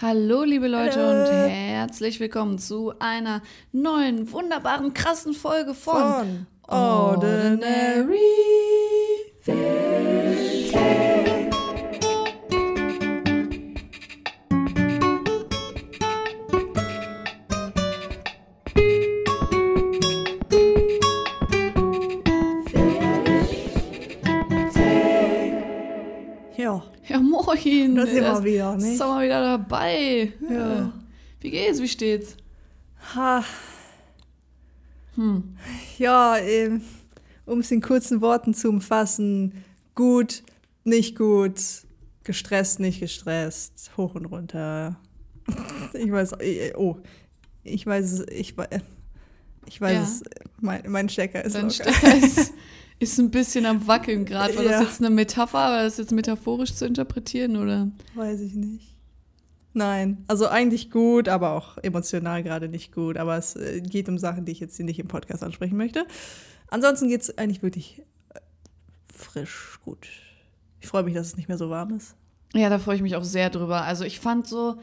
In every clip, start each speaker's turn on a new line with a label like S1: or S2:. S1: Hallo, liebe Leute, und herzlich willkommen zu einer neuen, wunderbaren, krassen Folge von, Ordinary.
S2: Ja,
S1: Ja, moin.
S2: Da sind wir
S1: Erst-
S2: wieder, ne?
S1: Sind wir wieder dabei.
S2: Ja.
S1: Äh, Wie geht's, wie steht's?
S2: ha. Ja, ähm, um es in kurzen Worten zu umfassen, gut, nicht gut, gestresst, nicht gestresst, hoch und runter. Ich weiß, eh, oh, ich weiß, es- ich weiß, ich weiß,
S1: Ja.
S2: es, mein, mein Stecker ist
S1: Dein
S2: locker.
S1: Stecker ist, ist ein bisschen am Wackeln gerade. War das
S2: Ja.
S1: jetzt eine Metapher? War das jetzt metaphorisch zu interpretieren, oder?
S2: Weiß ich nicht. Nein, also eigentlich gut, aber auch emotional gerade nicht gut. Aber es äh, geht um Sachen, die ich jetzt hier nicht im Podcast ansprechen möchte. Ansonsten geht es eigentlich wirklich äh, frisch gut. Ich freue mich, dass es nicht mehr so warm ist.
S1: Ja, da freue ich mich auch sehr drüber. Also ich fand so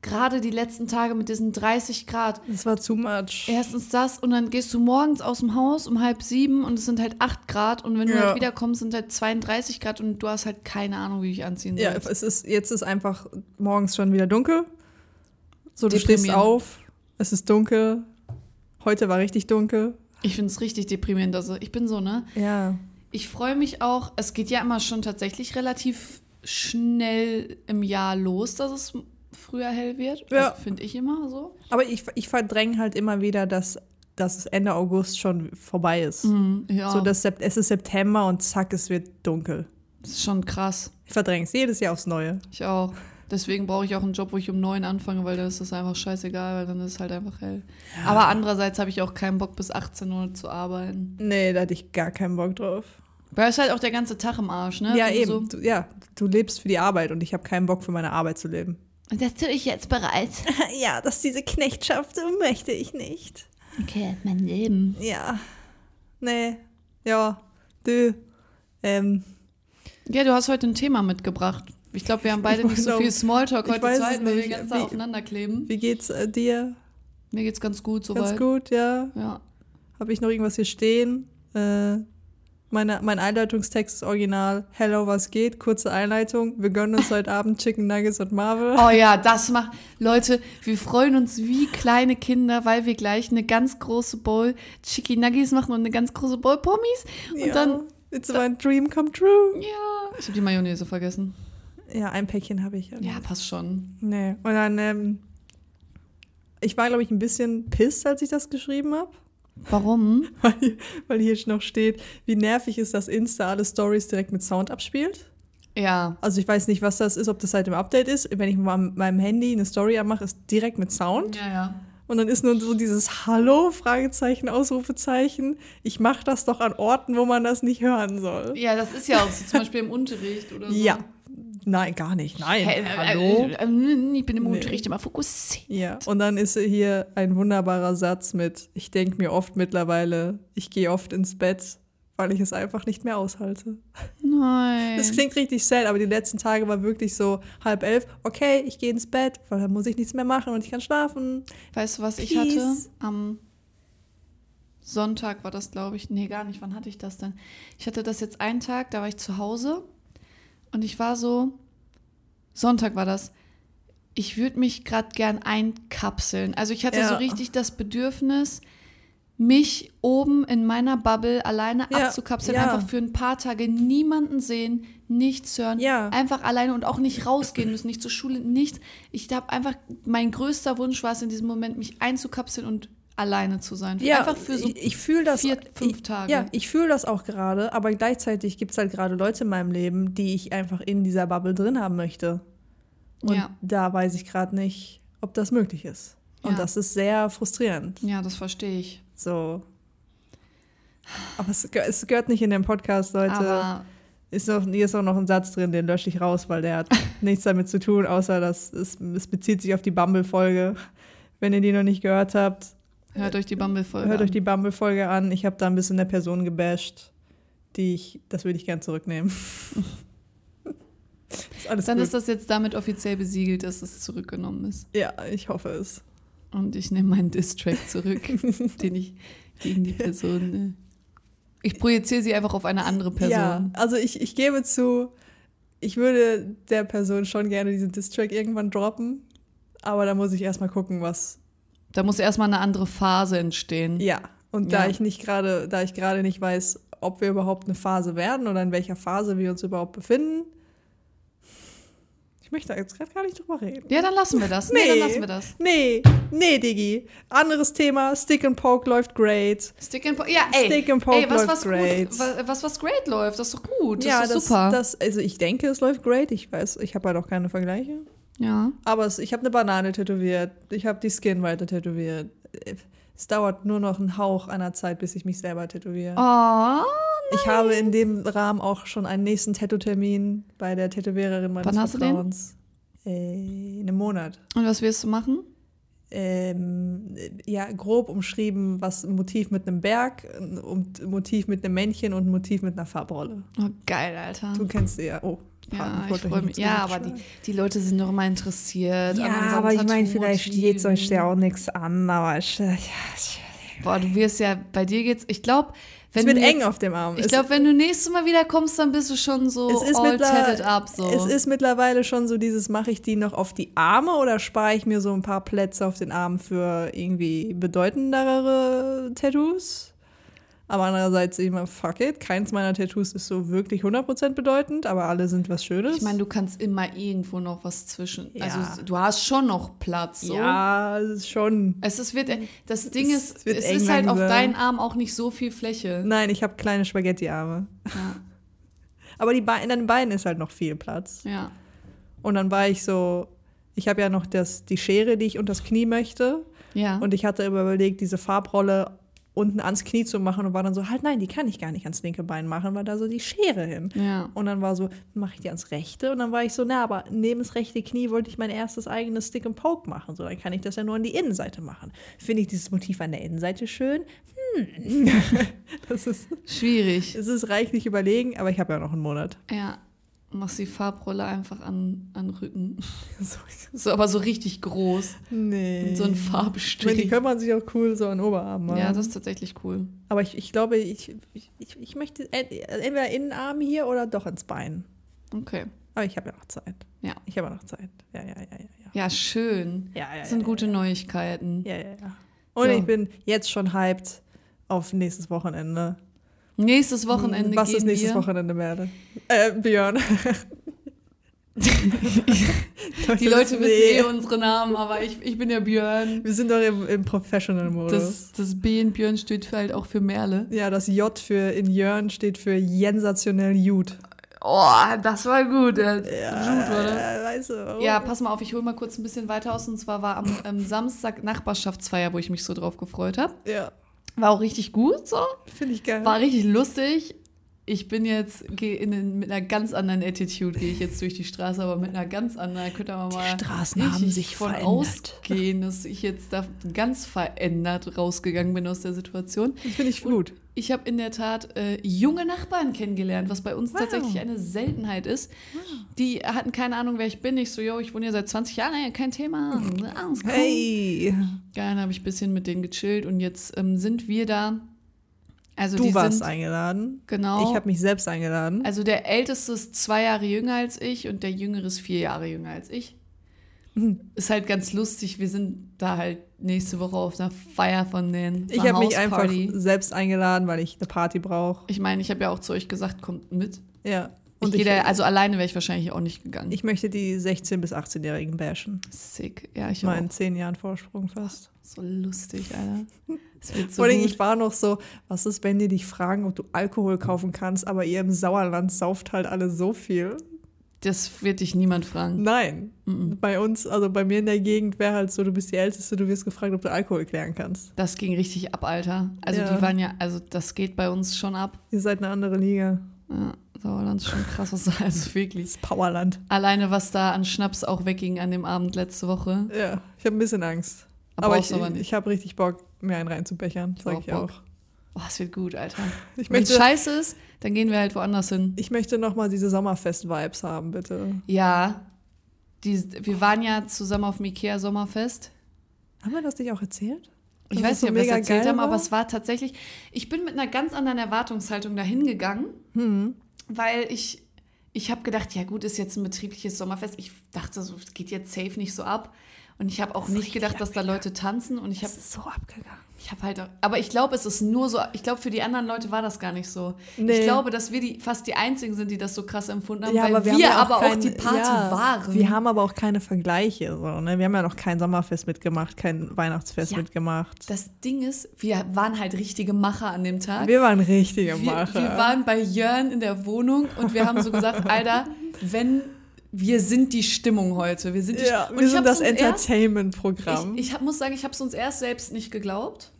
S1: gerade die letzten Tage mit diesen 30 Grad.
S2: Es war too much.
S1: Erstens das und dann gehst du morgens aus dem Haus um halb sieben und es sind halt 8 Grad und wenn du
S2: Ja.
S1: halt wiederkommst, sind halt 32 Grad und du hast halt keine Ahnung, wie ich anziehen soll.
S2: Ja, es ist, jetzt ist einfach morgens schon wieder dunkel. So, du
S1: Deprimierend.
S2: stehst auf, es ist dunkel. Heute war richtig dunkel.
S1: Ich finde es richtig deprimierend. Also ich bin so, ne?
S2: Ja.
S1: Ich freue mich auch, es geht ja immer schon tatsächlich relativ schnell im Jahr los, dass es früher hell wird.
S2: Ja.
S1: Also, finde ich immer so.
S2: Aber ich, ich verdränge halt immer wieder, dass, dass es Ende August schon vorbei ist.
S1: Mhm, ja,
S2: So,
S1: das
S2: dass Sep- es ist September und zack, es wird dunkel.
S1: ist schon krass.
S2: Ich verdräng's jedes Jahr aufs Neue.
S1: Ich auch. Deswegen brauche ich auch einen Job, wo ich um neun anfange, weil da ist das einfach scheißegal, weil dann ist es halt einfach hell. Aber andererseits habe ich auch keinen Bock, bis 18 Uhr zu arbeiten.
S2: Nee, da hatte ich gar keinen Bock drauf.
S1: Weil es halt auch der ganze Tag im Arsch, ne?
S2: ja,
S1: Wenn du
S2: eben. Du, ja, du lebst für die Arbeit und ich habe keinen Bock für meine Arbeit zu leben.
S1: So, das tue ich jetzt bereits.
S2: Ja, dass diese Knechtschaft möchte ich nicht.
S1: Okay, mein Leben.
S2: Ja. Nee. Ja. Du. Ähm,
S1: Ja, du hast heute ein Thema mitgebracht. Ich glaube, wir haben beide
S2: Ich
S1: nicht so
S2: glaub,
S1: viel Smalltalk
S2: ich
S1: heute
S2: weiß
S1: zu
S2: es
S1: halten, weil wir den
S2: nicht.
S1: ganzen Tag
S2: Wie-
S1: aufeinander kleben.
S2: wie geht's äh, dir?
S1: Mir geht's ganz gut soweit.
S2: Ganz gut, ja.
S1: Ja.
S2: Habe ich noch irgendwas hier stehen? Äh, meine, mein Einleitungstext ist original. Hello, was geht? Kurze Einleitung. Wir gönnen uns heute Abend Chicken Nuggets und Marvel.
S1: Oh ja, das macht. Leute, wir freuen uns wie kleine Kinder, weil wir gleich eine ganz große Bowl Chicky Nuggies machen und eine ganz große Bowl Pommes. Und
S2: ja.
S1: dann.
S2: It's my dream come true.
S1: Ja. Ich habe die Mayonnaise vergessen.
S2: Ja, ein Päckchen habe ich.
S1: Ja, passt schon.
S2: Nee. Und dann, ähm, ich war, glaube ich, ein bisschen pisst, als ich das geschrieben habe.
S1: Warum?
S2: Weil, weil hier noch steht, wie nervig ist, dass Insta alle Stories direkt mit Sound abspielt.
S1: Ja.
S2: Also ich weiß nicht, was das ist, ob das seit dem Update ist. Wenn ich mal mit meinem Handy eine Story anmache, ist direkt mit Sound.
S1: Ja, ja.
S2: Und dann ist nur so dieses Hallo, Fragezeichen, Ausrufezeichen. Ich mache das doch an Orten, wo man das nicht hören soll.
S1: Ja, das ist ja auch so, zum Beispiel im Unterricht oder so.
S2: Ja. Nein, gar nicht. Nein.
S1: Hey, äh,
S2: Hallo.
S1: äh, äh, Ich bin im
S2: Nee.
S1: Unterricht immer fokussiert.
S2: Ja. Und dann ist hier ein wunderbarer Satz mit, ich denke mir oft mittlerweile, ich gehe oft ins Bett, weil ich es einfach nicht mehr aushalte.
S1: Nein.
S2: Das klingt richtig sad, aber die letzten Tage war wirklich so halb elf, okay, ich gehe ins Bett, weil dann muss ich nichts mehr machen und ich kann schlafen.
S1: Weißt du, was ich
S2: Peace.
S1: hatte? Am Sonntag war das, glaube ich. Nee, gar nicht. Wann hatte ich das denn? Ich hatte das jetzt einen Tag, da war ich zu Hause und ich war so. Sonntag war das. Ich würde mich gerade gern einkapseln. Also ich hatte
S2: Ja.
S1: so richtig das Bedürfnis, mich oben in meiner Bubble alleine
S2: Ja,
S1: abzukapseln,
S2: ja.
S1: einfach für ein paar Tage niemanden sehen, nichts hören,
S2: Ja.
S1: einfach alleine und auch nicht rausgehen müssen, nicht zur Schule, nichts. Ich habe einfach, mein größter Wunsch war es in diesem Moment, mich einzukapseln und alleine zu sein. einfach für so.
S2: ich, ich fühl das,
S1: vier, fünf
S2: ich,
S1: Tage.
S2: Ja, ich fühle das auch gerade, aber gleichzeitig gibt es halt gerade Leute in meinem Leben, die ich einfach in dieser Bubble drin haben möchte. Und
S1: ja.
S2: da weiß ich gerade nicht, ob das möglich ist. Und
S1: Ja.
S2: das ist sehr frustrierend.
S1: ja, das verstehe ich.
S2: So. Aber es, geh- es gehört nicht in den Podcast, Leute.
S1: Aber
S2: Ist noch, hier ist auch noch ein Satz drin, den lösche ich raus, weil der hat nichts damit zu tun, außer dass es, es bezieht sich auf die Bumble-Folge. Wenn ihr die noch nicht gehört habt,
S1: hört euch die Bumble-Folge
S2: äh, hört
S1: an.
S2: euch die Bumble-Folge an. Ich habe da ein bisschen der Person gebasht, die ich, das würde ich gern zurücknehmen. Ist alles
S1: Dann
S2: gut.
S1: ist das jetzt damit offiziell besiegelt, dass es zurückgenommen ist.
S2: ja, ich hoffe es.
S1: Und ich nehme meinen Distrack zurück, den ich gegen die Person. äh, Ich projiziere sie einfach auf eine andere Person.
S2: Ja, also ich, ich gebe zu, ich würde der Person schon gerne diesen Distrack irgendwann droppen, aber da muss ich erstmal gucken, was.
S1: Da muss erstmal eine andere Phase entstehen.
S2: Ja, und da
S1: Ja.
S2: ich nicht gerade, da ich gerade nicht weiß, ob wir überhaupt eine Phase werden oder in welcher Phase wir uns überhaupt befinden. Ich möchte da jetzt gerade gar nicht drüber reden.
S1: Ja, dann lassen wir das. Nee,
S2: Nee.
S1: dann lassen wir das.
S2: Nee, nee, Diggi. Anderes Thema, Stick and Poke läuft great.
S1: Stick and Poke. Ja, ey.
S2: Stick and Poke
S1: ey, was,
S2: läuft
S1: was
S2: great.
S1: Gut, wa- was, was great läuft, das ist doch gut. Das
S2: ja,
S1: ist doch
S2: das,
S1: super.
S2: das, also ich denke, es läuft great. Ich weiß, ich habe halt auch keine Vergleiche.
S1: ja.
S2: Aber es, ich habe eine Banane tätowiert. Ich habe die Skin weiter tätowiert. Es dauert nur noch einen Hauch einer Zeit, bis ich mich selber tätowiere.
S1: Oh,
S2: Ich habe in dem Rahmen auch schon einen nächsten Tattoo-Termin bei der Tätowiererin meines
S1: Wann hast du den?
S2: Vertrauens. Äh, in einem Monat.
S1: und was wirst du machen?
S2: Ähm, ja, grob umschrieben, was ein Motiv mit einem Berg, ein und ein Motiv mit einem Männchen und ein Motiv mit einer Farbrolle.
S1: Oh, geil, Alter.
S2: Du kennst sie ja. Oh, pardon,
S1: ja, ich
S2: wollte euch
S1: freue mich.
S2: nichts
S1: Ja,
S2: Unrecht
S1: aber die,
S2: schreiben.
S1: die Leute sind doch immer interessiert. an
S2: Ja,
S1: unseren
S2: aber ich meine,
S1: Tattoo-Motiven.
S2: vielleicht steht euch ja auch nichts an, aber ich, ja, ich,
S1: Boah, du wirst ja, bei dir geht's. Ich glaube,
S2: es
S1: wenn
S2: wird
S1: du
S2: eng
S1: jetzt,
S2: auf dem Arm.
S1: Ich
S2: Es-
S1: glaube, wenn du nächstes Mal wieder kommst, dann bist du schon so
S2: Es ist
S1: all
S2: mittler-
S1: tatted up. So.
S2: es ist mittlerweile schon so dieses, mache ich die noch auf die Arme oder spare ich mir so ein paar Plätze auf den Armen für irgendwie bedeutendere Tattoos? Aber andererseits immer, fuck it, keins meiner Tattoos ist so wirklich 100% bedeutend, aber alle sind was Schönes.
S1: ich meine, du kannst immer irgendwo noch was zwischen.
S2: Ja.
S1: Also du hast schon noch Platz. So.
S2: Ja, es ist schon.
S1: Es ist, wird, das Ding
S2: Mhm. Es
S1: ist,
S2: wird
S1: es
S2: eng
S1: ist halt auf
S2: langsam.
S1: deinen Arm auch nicht so viel Fläche.
S2: Nein, ich habe kleine Spaghetti-Arme.
S1: Ja.
S2: Aber die Be in den Beinen ist halt noch viel Platz.
S1: ja.
S2: Und dann war ich so, ich habe ja noch das, die Schere, die ich unter das Knie möchte.
S1: ja.
S2: Und ich hatte immer überlegt, diese Farbrolle unten ans Knie zu machen und war dann so, halt nein, die kann ich gar nicht ans linke Bein machen, weil da so die Schere hin.
S1: ja.
S2: Und dann war so, mache ich die ans rechte? Und dann war ich so, na, aber neben das rechte Knie wollte ich mein erstes eigenes Stick and Poke machen. So, dann kann ich das ja nur an die Innenseite machen. Finde ich dieses Motiv an der Innenseite schön? Hm. das ist,
S1: Schwierig.
S2: es ist reichlich überlegen, aber ich habe ja noch einen Monat.
S1: Ja. Machst die Farbrolle einfach an, an den Rücken.
S2: So,
S1: So, aber so richtig groß.
S2: nee.
S1: Mit so einem
S2: Ich meine, Äh, die
S1: Farbstrich.
S2: kann man sich auch cool so an den Oberarm machen.
S1: Ja, das ist tatsächlich cool.
S2: Aber ich, ich glaube, ich, ich, ich- ich möchte en- entweder Innenarm hier oder doch ins Bein.
S1: Okay.
S2: Aber ich habe ja noch Zeit.
S1: Ja.
S2: Ich habe ja noch Zeit. Ja, ja, ja, ja. ja.
S1: Ja, schön.
S2: Ja, ja,
S1: Das
S2: ja,
S1: sind
S2: ja,
S1: gute Neuigkeiten.
S2: Ja, ja, ja. Und
S1: So.
S2: ich bin jetzt schon hyped auf nächstes Wochenende.
S1: Nächstes Wochenende
S2: Was
S1: gehen
S2: ist nächstes
S1: wir.
S2: Wochenende werde? Äh, Björn.
S1: Die Leute wissen eh unsere Namen, aber ich, ich bin ja Björn.
S2: Wir sind doch im, im Professional-Modus.
S1: Das, das B in Björn steht halt auch für Merle.
S2: Ja, das J für in Jörn steht für jensationell Jud.
S1: Oh, das war gut. Ja,
S2: Ja, Äh, weißt du. warum?
S1: Ja, pass mal auf, ich hole mal kurz ein bisschen weiter aus. Und zwar war am ähm, Samstag Nachbarschaftsfeier, wo ich mich so drauf gefreut habe.
S2: ja.
S1: War auch richtig gut so.
S2: Finde ich geil.
S1: War richtig lustig. Ich bin jetzt geh in den, mit einer ganz anderen Attitude gehe ich jetzt durch die Straße, aber mit einer ganz anderen. Könnt ihr aber mal
S2: Straßen
S1: richtig von ausgehen, dass ich jetzt da ganz verändert rausgegangen bin aus der Situation.
S2: Das finde ich gut.
S1: Ich habe in der Tat äh, junge Nachbarn kennengelernt, was bei uns
S2: Wow.
S1: tatsächlich eine Seltenheit ist. Die hatten keine Ahnung, wer ich bin. Ich so, yo, ich wohne hier seit 20 Jahren, ey, kein Thema. Alles cool.
S2: Hey.
S1: Ja, dann habe ich ein bisschen mit denen gechillt und jetzt ähm, sind wir da. Also
S2: Du
S1: die
S2: warst
S1: sind,
S2: eingeladen.
S1: genau.
S2: Ich habe mich selbst eingeladen.
S1: also der Älteste ist zwei Jahre jünger als ich und der Jüngere ist vier Jahre jünger als ich.
S2: Mhm.
S1: Ist halt ganz lustig. Wir sind da halt nächste Woche auf einer Feier von denen.
S2: ich
S1: Einer
S2: habe mich einfach
S1: Hausparty.
S2: selbst eingeladen, weil ich eine Party brauche.
S1: Ich meine, ich habe ja auch zu euch gesagt, kommt mit.
S2: Ja.
S1: Und ich gehe da, also alleine wäre ich wahrscheinlich auch nicht gegangen.
S2: ich möchte die 16- bis 18-Jährigen bashen.
S1: Sick. Ja, ich
S2: Meinen
S1: mein. auch.
S2: 10 Jahren Vorsprung fast.
S1: So lustig, Alter. Das wird so
S2: Vor allem,
S1: gut.
S2: ich war noch so, was ist, wenn die dich fragen, ob du Alkohol kaufen kannst, aber ihr im Sauerland sauft halt alle so viel?
S1: Das wird dich niemand fragen.
S2: Nein. Bei uns, also bei mir in der Gegend, wäre halt so, du bist die Älteste, du wirst gefragt, ob du Alkohol klären kannst.
S1: Das ging richtig ab, Alter. Also
S2: Ja.
S1: die waren ja, also das geht bei uns schon ab.
S2: Ihr seid eine andere Liga.
S1: Ja, Sauerland ist schon krass, was da, also wirklich.
S2: Das Powerland.
S1: Alleine, was da an Schnaps auch wegging an dem Abend letzte Woche.
S2: Ja, ich habe ein bisschen Angst.
S1: Aber
S2: Aber
S1: brauchst
S2: ich,
S1: du aber nicht.
S2: ich habe richtig Bock, mir einen reinzubechern,
S1: hab
S2: sag
S1: auch
S2: ich
S1: Bock.
S2: auch.
S1: Oh, es wird gut, Alter.
S2: Ich
S1: Wenn es
S2: möchte,
S1: scheiße ist, dann gehen wir halt woanders hin.
S2: ich möchte nochmal diese Sommerfest-Vibes haben, bitte.
S1: Ja. Die, wir waren ja zusammen auf dem Ikea Sommerfest.
S2: Haben wir das nicht auch erzählt?
S1: Ich
S2: Dass
S1: weiß
S2: es so
S1: nicht, ob wir es
S2: mega
S1: erzählt
S2: geil
S1: haben, aber
S2: war?
S1: es war tatsächlich. Ich bin mit einer ganz anderen Erwartungshaltung dahin gegangen,
S2: Hm.
S1: weil ich, ich habe gedacht, ja gut, ist jetzt ein betriebliches Sommerfest. Ich dachte so, es geht jetzt safe nicht so ab. Und ich habe auch
S2: Das ist
S1: nicht
S2: richtig
S1: gedacht, dass da Leute tanzen. Und ich habe
S2: Das ist so abgegangen.
S1: Ich habe halt, auch- aber ich glaube, es ist nur so, ich glaube, für die anderen Leute war das gar nicht so. Ich
S2: Nee.
S1: glaube, dass wir die fast die einzigen sind, die das so krass empfunden haben,
S2: Ja,
S1: weil
S2: aber wir,
S1: wir,
S2: haben ja
S1: aber
S2: kein,
S1: auch die Party
S2: ja,
S1: waren.
S2: Wir haben aber auch keine Vergleiche. So, ne? Wir haben ja noch kein Sommerfest mitgemacht, kein Weihnachtsfest
S1: Ja.
S2: mitgemacht.
S1: das Ding ist, wir waren halt richtige Macher an dem Tag.
S2: Wir waren richtige
S1: wir,
S2: Macher.
S1: wir waren bei Jörn in der Wohnung und wir haben so gesagt, Alter, wenn wir sind die Stimmung heute, wir sind die
S2: ja,
S1: und
S2: wir
S1: ich
S2: sind
S1: hab's
S2: das
S1: uns erst-
S2: Entertainment-Programm. Hm.
S1: Ich, ich hab, muss sagen, ich habe es uns erst selbst nicht geglaubt,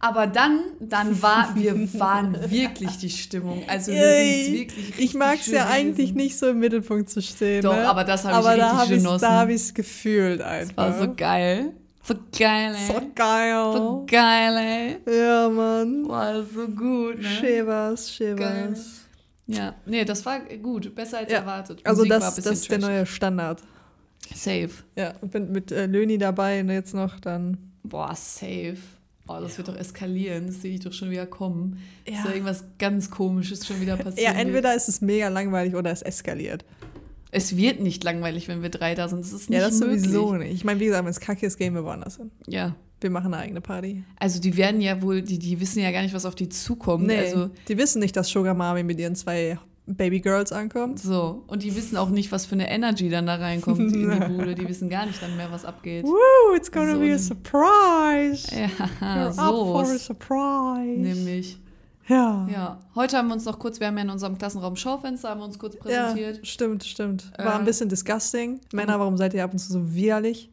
S1: aber dann, dann war, wir waren wirklich die Stimmung. Also wir
S2: Yay.
S1: sind wirklich richtig
S2: Ich mag es
S1: schön
S2: ja eigentlich
S1: gewesen.
S2: nicht so im Mittelpunkt zu stehen.
S1: Doch,
S2: ne?
S1: aber das hab ich
S2: aber da
S1: richtig
S2: hab ich's-
S1: genossen.
S2: Da habe ich es gefühlt einfach.
S1: War so geil. So geil, ey.
S2: So
S1: So
S2: geil.
S1: geil, ey.
S2: Ja, Mann.
S1: War so gut, ne?
S2: Schäbers,
S1: Geil.
S2: Schäbers.
S1: Ja, nee, das war gut. Besser als
S2: Ja.
S1: erwartet.
S2: Also
S1: Musik war
S2: das,
S1: ein
S2: das ist der
S1: bisschen
S2: neue Standard.
S1: trash. Safe.
S2: Ja, und bin mit äh, Löni dabei und jetzt noch dann.
S1: Boah, safe. Oh, das wird doch eskalieren. Das sehe ich doch schon wieder kommen. Ja.
S2: Ja.
S1: Ist da irgendwas ganz Komisches schon wieder passiert.
S2: Ja, entweder ist es mega langweilig oder es eskaliert.
S1: Es wird nicht langweilig, wenn wir drei da sind. Das ist nicht
S2: ja, das
S1: möglich.
S2: sowieso nicht. Ich meine, wie gesagt, wenn es kacke ist, gehen wir woanders hin.
S1: Ja.
S2: Wir machen eine eigene Party.
S1: Also die werden ja wohl, die, die wissen ja gar nicht, was auf die zukommt.
S2: Nee,
S1: Also
S2: die wissen nicht, dass Sugar Mami mit ihren zwei Baby Girls ankommt.
S1: so. Und die wissen auch nicht, was für eine Energy dann da reinkommt in die Bude. Die wissen gar nicht dann mehr, was abgeht.
S2: Woo, it's gonna
S1: So
S2: be
S1: ein-
S2: a surprise.
S1: Ja,
S2: You're
S1: so.
S2: up for a
S1: ist-
S2: surprise.
S1: Nämlich.
S2: Ja.
S1: Ja. Heute haben wir uns noch kurz, wir haben ja in unserem Klassenraum Schaufenster, haben wir uns kurz
S2: Ja,
S1: präsentiert.
S2: stimmt, stimmt. War
S1: Äh.
S2: ein bisschen disgusting. Männer, warum seid ihr ab und zu so widerlich?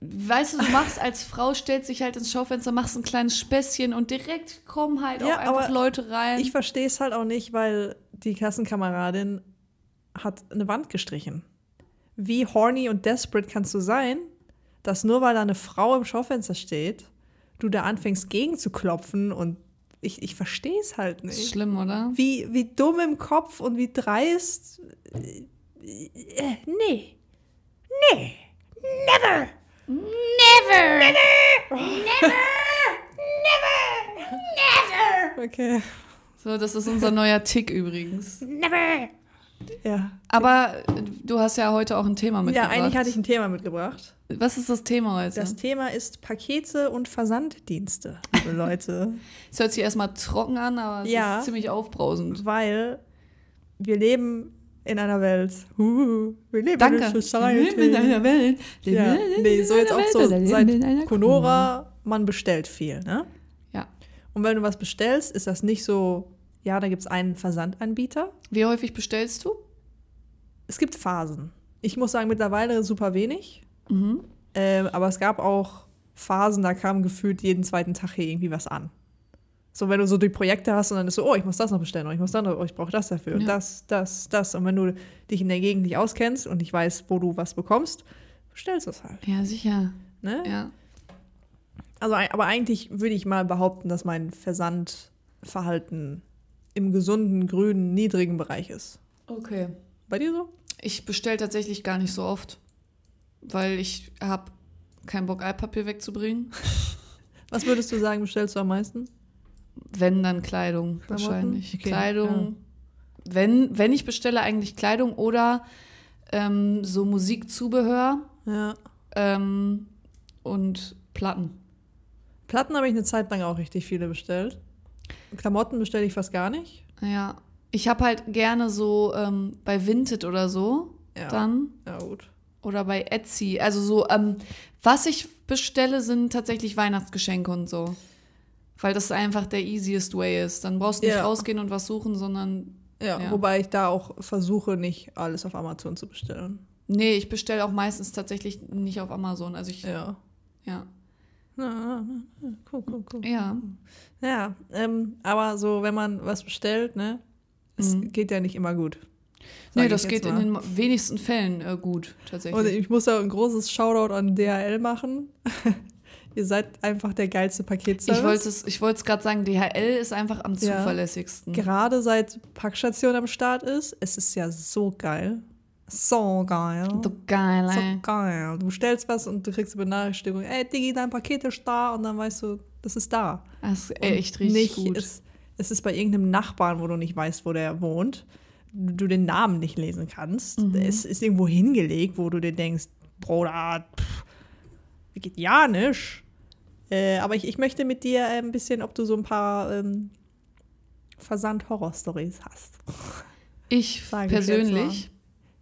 S1: Weißt du, du machst als Frau, stellst dich halt ins Schaufenster, machst ein kleines Späßchen und direkt kommen halt
S2: Ja,
S1: auch einfach
S2: aber
S1: Leute rein.
S2: Ich verstehe es halt auch nicht, weil die Klassenkameradin hat eine Wand gestrichen. Wie horny und desperate kannst du sein, dass nur weil da eine Frau im Schaufenster steht, du da anfängst gegen zu klopfen und ich, ich verstehe es halt
S1: Das ist
S2: nicht.
S1: schlimm, oder?
S2: Wie, wie dumm im Kopf und wie dreist. Äh, äh, Nee. Nee. Never.
S3: Never!
S2: Okay.
S1: So, das ist unser neuer Tick übrigens.
S3: Never!
S2: Ja.
S1: Aber äh, du hast ja heute auch ein Thema
S2: Ja,
S1: mitgebracht.
S2: eigentlich hatte ich ein Thema mitgebracht.
S1: Was ist das Thema heute?
S2: Das Thema ist Pakete und Versanddienste, liebe Leute.
S1: Es hört sich erstmal trocken an, aber es
S2: Ja.
S1: ist ziemlich aufbrausend.
S2: weil wir leben in einer Welt. Huhu, wir leben in
S1: Danke.
S2: einer
S1: Wir leben in
S2: Society.
S1: einer Welt. Leben
S2: Ja.
S1: in
S2: Nee, so jetzt
S1: einer
S2: auch so
S1: Welt. Leben in einer
S2: seit
S1: Kunora.
S2: Conora, man bestellt viel, ne?
S1: Ja.
S2: Und wenn du was bestellst, ist das nicht so, ja, da gibt es einen Versandanbieter.
S1: Wie häufig bestellst du?
S2: Es gibt Phasen. Ich muss sagen, mittlerweile super wenig.
S1: Mhm.
S2: Ähm, aber es gab auch Phasen, da kam gefühlt jeden zweiten Tag hier irgendwie was an. So, wenn du so die Projekte hast und dann ist so, oh, ich muss das noch bestellen, oh, ich muss dann noch, oh, ich brauche das dafür und
S1: Ja.
S2: das, das, das. Und wenn du dich in der Gegend nicht auskennst und nicht weißt, wo du was bekommst, bestellst du es halt.
S1: Ja, sicher.
S2: Ne?
S1: Ja.
S2: Also, ei- aber eigentlich würde ich mal behaupten, dass mein Versandverhalten im gesunden, grünen, niedrigen Bereich ist.
S1: Okay.
S2: Bei dir so?
S1: Ich bestelle tatsächlich gar nicht so oft, weil ich habe keinen Bock, Altpapier wegzubringen.
S2: Was würdest du sagen, bestellst du am meisten?
S1: Wenn, dann Kleidung
S2: Klamotten?
S1: wahrscheinlich.
S2: Okay,
S1: Kleidung. Wenn, wenn ich bestelle, eigentlich Kleidung oder ähm, so Musikzubehör
S2: Ja.
S1: ähm, und Platten.
S2: Platten habe ich eine Zeit lang auch richtig viele bestellt. Klamotten bestelle ich fast gar nicht.
S1: Ja. Ich habe halt gerne so ähm, bei Vinted oder so
S2: Ja.
S1: dann
S2: Ja, gut.
S1: oder bei Etsy. Also so, ähm, was ich bestelle, sind tatsächlich Weihnachtsgeschenke und so. Weil das einfach der easiest way ist. Dann brauchst du nicht
S2: Ja.
S1: rausgehen und was suchen, sondern
S2: Ja,
S1: Ja.
S2: wobei ich da auch versuche, nicht alles auf Amazon zu bestellen.
S1: nee, ich bestelle auch meistens tatsächlich nicht auf Amazon. Also ich, ja.
S2: Ja.
S1: Ja,
S2: Na, na, na, Cool, cool, cool. Ja, ähm, aber so, wenn man was bestellt, ne, es
S1: Mhm.
S2: geht ja nicht immer gut. Sag
S1: nee,
S2: ich
S1: das
S2: jetzt
S1: geht in
S2: mal.
S1: den ma- wenigsten Fällen äh, gut, tatsächlich.
S2: Und ich muss da ein großes Shoutout an DHL machen. Ihr seid einfach der geilste Paketservice.
S1: Ich wollte es ich wollt's gerade sagen, DHL ist einfach am
S2: Ja. Genau.
S1: zuverlässigsten.
S2: Gerade seit Packstation am Start ist, es ist ja so geil. So geil.
S1: Du geil,
S2: So
S1: ey.
S2: geil. Du bestellst was und du kriegst eine Benachrichtigung, ey Digi, dein Paket ist da und dann weißt du, das ist da.
S1: Das ist echt richtig
S2: nicht,
S1: gut.
S2: Es, es ist bei irgendeinem Nachbarn, wo du nicht weißt, wo der wohnt, du den Namen nicht lesen kannst.
S1: Mhm.
S2: Es ist irgendwo hingelegt, wo du dir denkst, Bruder, pff, wie geht ja nicht. Äh, aber ich, ich möchte mit dir äh, ein bisschen, ob du so ein paar ähm, Versand-Horror-Stories hast.
S1: ich
S2: Sag ich jetzt
S1: persönlich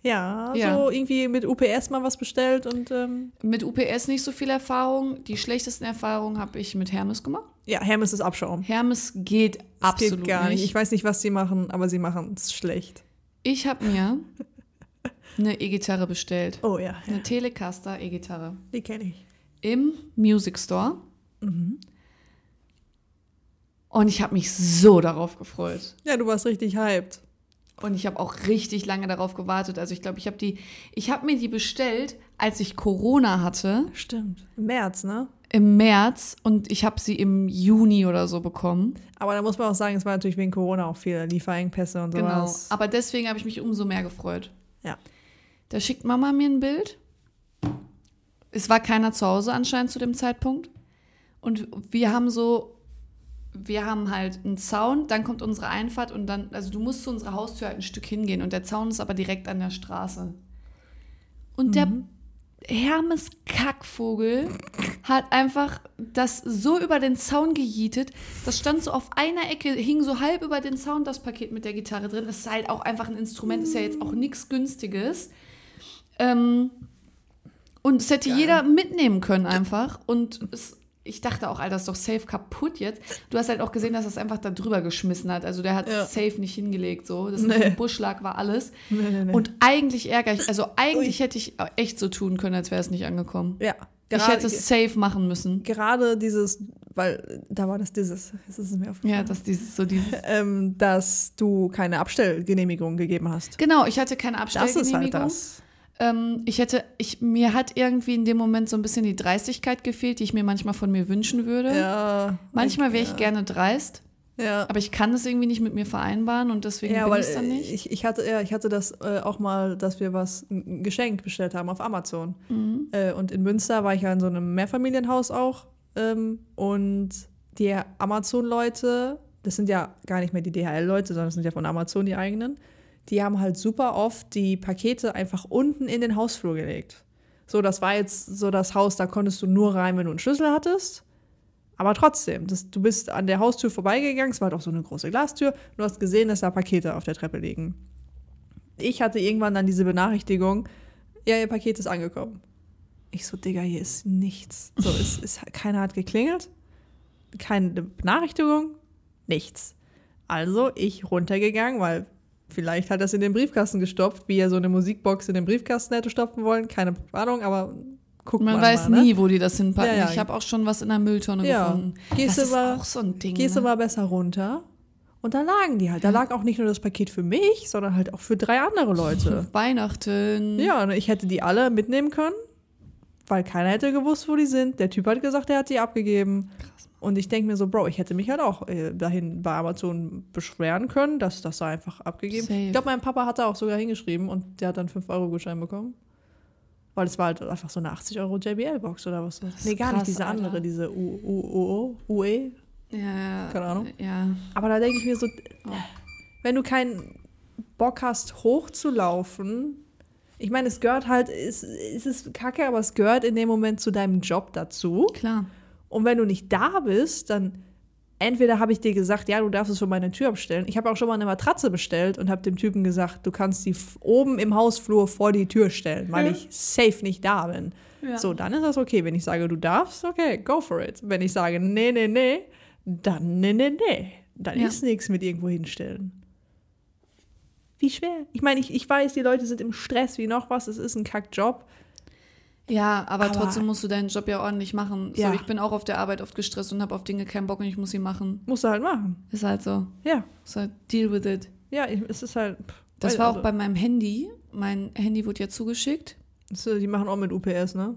S2: Ja,
S1: Ja.
S2: so irgendwie mit UPS mal was bestellt und ähm,
S1: mit UPS nicht so viel Erfahrung. Die schlechtesten Erfahrungen habe ich mit Hermes gemacht.
S2: ja, Hermes ist Abschaum.
S1: Hermes geht
S2: Das
S1: absolut
S2: geht gar nicht. Ich
S1: nicht.
S2: weiß nicht, was sie machen, aber sie machen es schlecht.
S1: Ich habe mir eine E-Gitarre bestellt.
S2: Oh ja,
S1: Eine Telecaster E-Gitarre.
S2: die kenne ich.
S1: Im Music Store. Und ich habe mich so darauf gefreut.
S2: Ja, du warst richtig hyped.
S1: Und ich habe auch richtig lange darauf gewartet. Also ich glaube, ich habe die, ich habe mir die bestellt, als ich Corona hatte
S2: Stimmt. Im März, ne?
S1: im März und ich habe sie im Juni oder so bekommen.
S2: Aber da muss man auch sagen, es war natürlich wegen Corona auch viele Lieferengpässe und
S1: Genau.
S2: sowas.
S1: Aber deswegen habe ich mich umso mehr gefreut.
S2: Ja.
S1: Da schickt Mama mir ein Bild. Es war keiner zu Hause anscheinend zu dem Zeitpunkt. Und wir haben so, wir haben halt einen Zaun, dann kommt unsere Einfahrt und dann, also du musst zu unserer Haustür halt ein Stück hingehen und der Zaun ist aber direkt an der Straße. Und der
S2: Mhm.
S1: Hermes Kackvogel hat einfach das so über den Zaun gejietet. Das stand so auf einer Ecke, hing so halb über den Zaun das Paket mit der Gitarre drin. Das ist halt auch einfach ein Instrument, ist ja jetzt auch nichts Günstiges. Ähm, und es hätte jeder mitnehmen können einfach. Und es, ich dachte auch, Alter, das ist doch safe kaputt jetzt. Du hast halt auch gesehen, dass das einfach da drüber geschmissen hat. Also der hat
S2: Ja.
S1: safe nicht hingelegt so. Das
S2: Nee. Mhm.
S1: Buschlag war alles.
S2: Nee, nee, nee.
S1: Und eigentlich ärgere ich, also eigentlich hätte ich echt so tun können, als wäre es nicht angekommen.
S2: ja,
S1: ich hätte
S2: gerade,
S1: es safe machen müssen.
S2: gerade dieses, weil da war das dieses, es ist mir aufgefallen,
S1: Ja, dass dieses so dieses.
S2: ähm, dass du keine Abstellgenehmigung gegeben hast.
S1: Genau, ich hatte keine
S2: Das ist
S1: Abstellgenehmigung.
S2: halt das.
S1: Ähm, ich hätte, ich, mir hat irgendwie in dem Moment so ein bisschen die Dreistigkeit gefehlt, die ich mir manchmal von mir wünschen würde.
S2: Ja.
S1: Manchmal wäre ich gerne dreist,
S2: Ja.
S1: aber ich kann das irgendwie nicht mit mir vereinbaren und deswegen
S2: Ja,
S1: bin
S2: weil
S1: ich dann nicht.
S2: ich, ich hatte ja, ich hatte das äh, auch mal, dass wir was ein Geschenk bestellt haben auf Amazon.
S1: Mhm.
S2: Äh, und in Münster war ich ja in so einem Mehrfamilienhaus auch ähm, und die Amazon-Leute, das sind ja gar nicht mehr die DHL-Leute, sondern das sind ja von Amazon die eigenen. Die haben halt super oft die Pakete einfach unten in den Hausflur gelegt. So, das war jetzt so das Haus, da konntest du nur rein, wenn du einen Schlüssel hattest. Aber trotzdem, das, du bist an der Haustür vorbeigegangen, es war doch so eine große Glastür, du hast gesehen, dass da Pakete auf der Treppe liegen. Ich hatte irgendwann dann diese Benachrichtigung, ja, ihr Paket ist angekommen. Ich so, Digga, hier ist nichts. So, es ist, keiner hat geklingelt, keine Benachrichtigung, nichts. Also ich runtergegangen, weil vielleicht hat das in den Briefkasten gestopft, wie er so eine Musikbox in den Briefkasten hätte stopfen wollen, keine Ahnung, aber guck
S1: man
S2: mal.
S1: weiß
S2: mal, ne?
S1: nie, wo die das hinpacken.
S2: Ja, ja.
S1: Ich habe auch schon was in der Mülltonne
S2: Ja.
S1: gefunden.
S2: Gehst
S1: das ist
S2: du mal-
S1: auch so ein Ding.
S2: gehst
S1: ne?
S2: du mal besser runter. Und da lagen die halt. Da lag auch nicht nur das Paket für mich, sondern halt auch für drei andere Leute.
S1: Weihnachten.
S2: ja, und ich hätte die alle mitnehmen können, weil keiner hätte gewusst, wo die sind. Der Typ hat gesagt, er hat die abgegeben. Und ich denke mir so, Bro, ich hätte mich halt auch äh, dahin bei Amazon beschweren können, dass das da einfach abgegeben
S1: Safe.
S2: Ich glaube, mein Papa hat da auch sogar hingeschrieben und der hat dann 5-Euro-Gutschein bekommen. Weil es war halt einfach so eine 80-Euro-JBL-Box oder was.
S1: ist
S2: Nee, gar
S1: krass,
S2: nicht diese
S1: Alter.
S2: andere, diese U, U, U, U, E. UE.
S1: Ja,
S2: Keine Ahnung.
S1: Ja.
S2: Aber da denke ich mir so, wenn du keinen Bock hast, hochzulaufen, ich meine, es gehört halt, es, es ist kacke, aber es gehört in dem Moment zu deinem Job dazu.
S1: Klar.
S2: Und wenn du nicht da bist, dann entweder habe ich dir gesagt, ja, du darfst es vor meine Tür abstellen. Ich habe auch schon mal eine Matratze bestellt und habe dem Typen gesagt, du kannst die f- oben im Hausflur vor die Tür stellen, weil ich safe nicht da bin.
S1: Ja.
S2: So, dann ist das okay. Wenn ich sage, du darfst, okay, go for it. Wenn ich sage, nee, nee, nee, dann nee, nee, nee. Dann
S1: Ja.
S2: ist nichts mit irgendwo hinstellen. Wie schwer. Ich meine, ich, ich weiß, die Leute sind im Stress wie noch was. Es ist ein Kackjob.
S1: Ja, aber,
S2: Aber-
S1: trotzdem musst du deinen Job ja ordentlich machen.
S2: Ja.
S1: So, ich bin auch auf der Arbeit oft gestresst und habe auf Dinge keinen Bock und ich muss sie machen.
S2: Musst du halt machen.
S1: Ist halt so.
S2: Ja.
S1: Ist halt deal with it.
S2: Ja, ich- es ist halt. pff,
S1: Das
S2: weiß-
S1: war auch
S2: also-
S1: bei meinem Handy. Mein Handy wurde ja zugeschickt.
S2: äh, So, Die machen auch mit UPS, ne?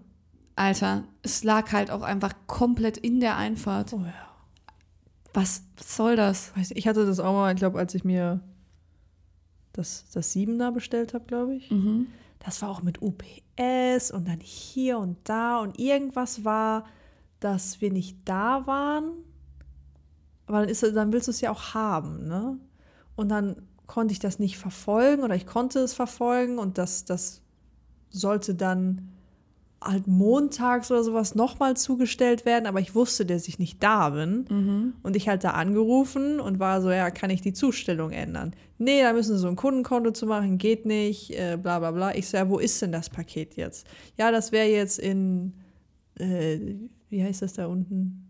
S1: Alter, es lag halt auch einfach komplett in der Einfahrt.
S2: Oh ja.
S1: Was, was soll das?
S2: Weiß nicht, Ich hatte das auch mal, ich glaube, als ich mir das, das Siebener bestellt habe, glaube ich.
S1: Mhm.
S2: Das war auch mit UPS und dann hier und da und irgendwas war, dass wir nicht da waren. Aber dann, ist, dann willst du es ja auch haben, ne? Und dann konnte ich das nicht verfolgen oder ich konnte es verfolgen und das, das sollte dann halt montags oder sowas nochmal zugestellt werden, aber ich wusste, dass ich nicht da bin.
S1: mhm.
S2: Und ich halt da angerufen und war so, ja, kann ich die Zustellung ändern? Nee, da müssen sie so ein Kundenkonto zu machen, geht nicht, äh, bla bla bla. Ich so, ja, wo ist denn das Paket jetzt? Ja, das wäre jetzt in, äh, wie heißt das da unten?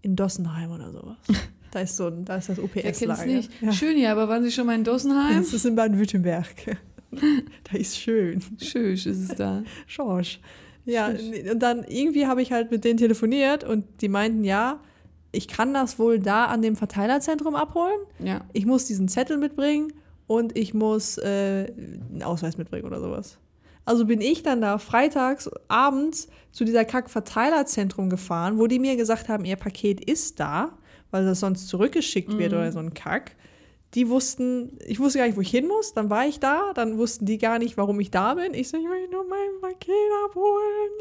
S2: In Dossenheim oder sowas. Da ist so ein, da ist das
S1: Wer kennt's
S2: UPS-Lager.
S1: nicht?
S2: Ja.
S1: Schön hier, aber waren Sie schon mal in Dossenheim?
S2: Das ist in Baden-Württemberg. Da ist schön.
S1: Schön ist es da.
S2: Schorsch. Ja,
S1: Schorsch.
S2: nee, und dann irgendwie habe ich halt mit denen telefoniert und die meinten, ja, ich kann das wohl da an dem Verteilerzentrum abholen.
S1: Ja.
S2: Ich muss diesen Zettel mitbringen und ich muss äh, einen Ausweis mitbringen oder sowas. Also bin ich dann da freitags abends zu dieser Kack-Verteilerzentrum gefahren, wo die mir gesagt haben, ihr Paket ist da, weil das sonst zurückgeschickt wird oder so ein Kack. Die wussten, ich wusste gar nicht, wo ich hin muss. Dann war ich da, dann wussten die gar nicht, warum ich da bin. Ich so, ich möchte nur mein Paket abholen.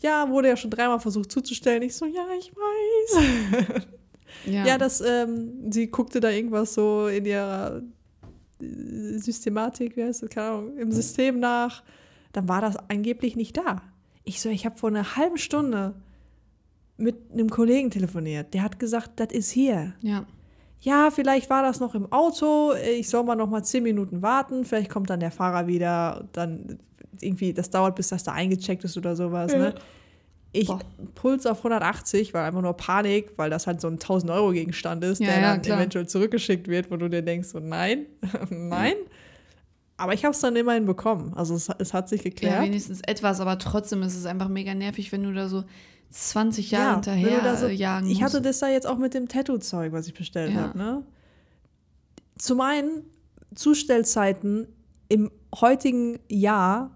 S2: Ja, wurde ja schon dreimal versucht zuzustellen. Ich so, ja, ich weiß.
S1: Ja.
S2: Ja, das, ähm, sie guckte da irgendwas so in ihrer äh, Systematik, wie heißt das, keine Ahnung, im System nach. Dann war das angeblich nicht da. Ich so, ich habe vor einer halben Stunde mit einem Kollegen telefoniert. Der hat gesagt, das ist hier.
S1: ja.
S2: Ja, vielleicht war das noch im Auto. Ich soll mal noch mal zehn Minuten warten. Vielleicht kommt dann der Fahrer wieder. Dann irgendwie, das dauert, bis das da eingecheckt ist oder sowas. Ne? Ich
S1: Boah.
S2: Puls auf 180, weil einfach nur Panik, weil das halt so ein 1000 Euro Gegenstand ist,
S1: Ja,
S2: der
S1: ja,
S2: dann
S1: klar.
S2: eventuell zurückgeschickt wird, wo du dir denkst, so nein, nein. Aber ich habe es dann immerhin bekommen. Also es, es hat sich
S1: Ja,
S2: geklärt.
S1: wenigstens etwas, aber trotzdem ist es einfach mega nervig, wenn du da so 20 Jahre
S2: wenn du
S1: hinterher
S2: da so-
S1: äh, jagen
S2: Ich hatte
S1: musst.
S2: das da jetzt auch mit dem Tattoo-Zeug, was ich bestellt
S1: Ja.
S2: habe. Ne? Zum einen Zustellzeiten im heutigen Jahr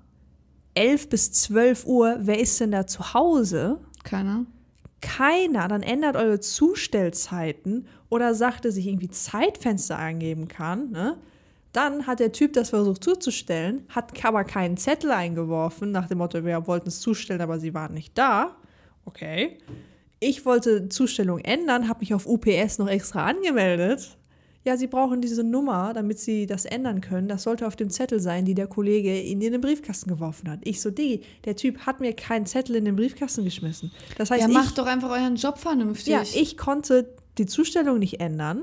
S2: 11 bis 12 Uhr. Wer ist denn da zu Hause?
S1: Keiner.
S2: Keiner. Dann ändert eure Zustellzeiten oder sagt, dass ich irgendwie Zeitfenster angeben kann. Ne? Dann hat der Typ das versucht zuzustellen, hat aber keinen Zettel eingeworfen, nach dem Motto, wir wollten es zustellen, aber sie waren nicht da. Okay. Ich wollte Zustellung ändern, habe mich auf UPS noch extra angemeldet. Ja, sie brauchen diese Nummer, damit sie das ändern können. Das sollte auf dem Zettel sein, die der Kollege in den Briefkasten geworfen hat. Ich so, Digi, der Typ hat mir keinen Zettel in den Briefkasten geschmissen. Das heißt,
S1: ja,
S2: ich,
S1: macht doch einfach euren Job vernünftig.
S2: ja, ich konnte die Zustellung nicht ändern.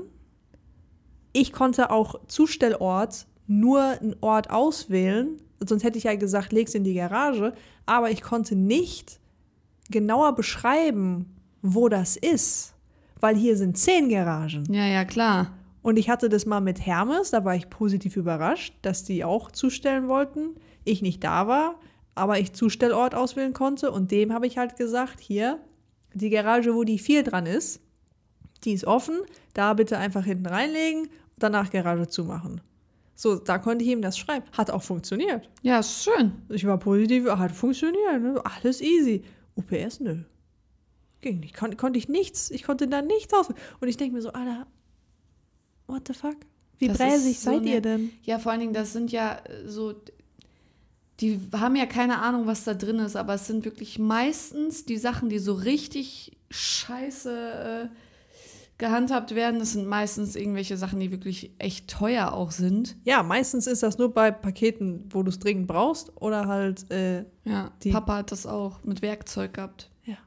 S2: Ich konnte auch Zustellort nur einen Ort auswählen, sonst hätte ich ja gesagt, leg's in die Garage, aber ich konnte nicht genauer beschreiben, wo das ist, weil hier sind zehn Garagen.
S1: ja, ja, klar.
S2: Und ich hatte das mal mit Hermes, da war ich positiv überrascht, dass die auch zustellen wollten. Ich nicht da war, aber ich Zustellort auswählen konnte. Und dem habe ich halt gesagt, hier, die Garage, wo die 4 dran ist, die ist offen, da bitte einfach hinten reinlegen, danach Garage zumachen. So, da konnte ich ihm das schreiben. Hat auch funktioniert.
S1: Ja, ist schön.
S2: Ich war positiv, hat funktioniert, ne? alles easy. UPS, nö. Ging nicht, Kon konnte ich nichts, ich konnte da nichts auf. Und ich denke mir so, Alter, what the fuck? Wie
S1: Das ist
S2: bräsig
S1: so
S2: seid
S1: eine-
S2: ihr denn?
S1: Ja, vor allen Dingen, das sind ja äh, so. Die haben ja keine Ahnung, was da drin ist, aber es sind wirklich meistens die Sachen, die so richtig scheiße äh, gehandhabt werden. Das sind meistens irgendwelche Sachen, die wirklich echt teuer auch sind.
S2: Ja, meistens ist das nur bei Paketen, wo du es dringend brauchst oder halt, äh,
S1: Ja,
S2: Die-
S1: Papa hat das auch mit Werkzeug gehabt.
S2: ja,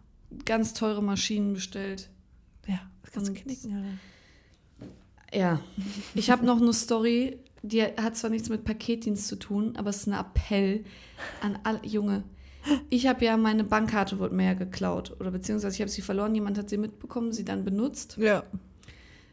S1: Ganz teure Maschinen bestellt.
S2: ja, das kannst du
S1: Und-
S2: knicken. Alter.
S1: Ja. Ich habe noch eine Story, die hat zwar nichts mit Paketdienst zu tun, aber es ist ein Appell an alle. Junge, ich habe ja meine Bankkarte wurde mir ja geklaut. Oder beziehungsweise ich habe sie verloren, jemand hat sie mitbekommen, sie dann benutzt.
S2: Ja,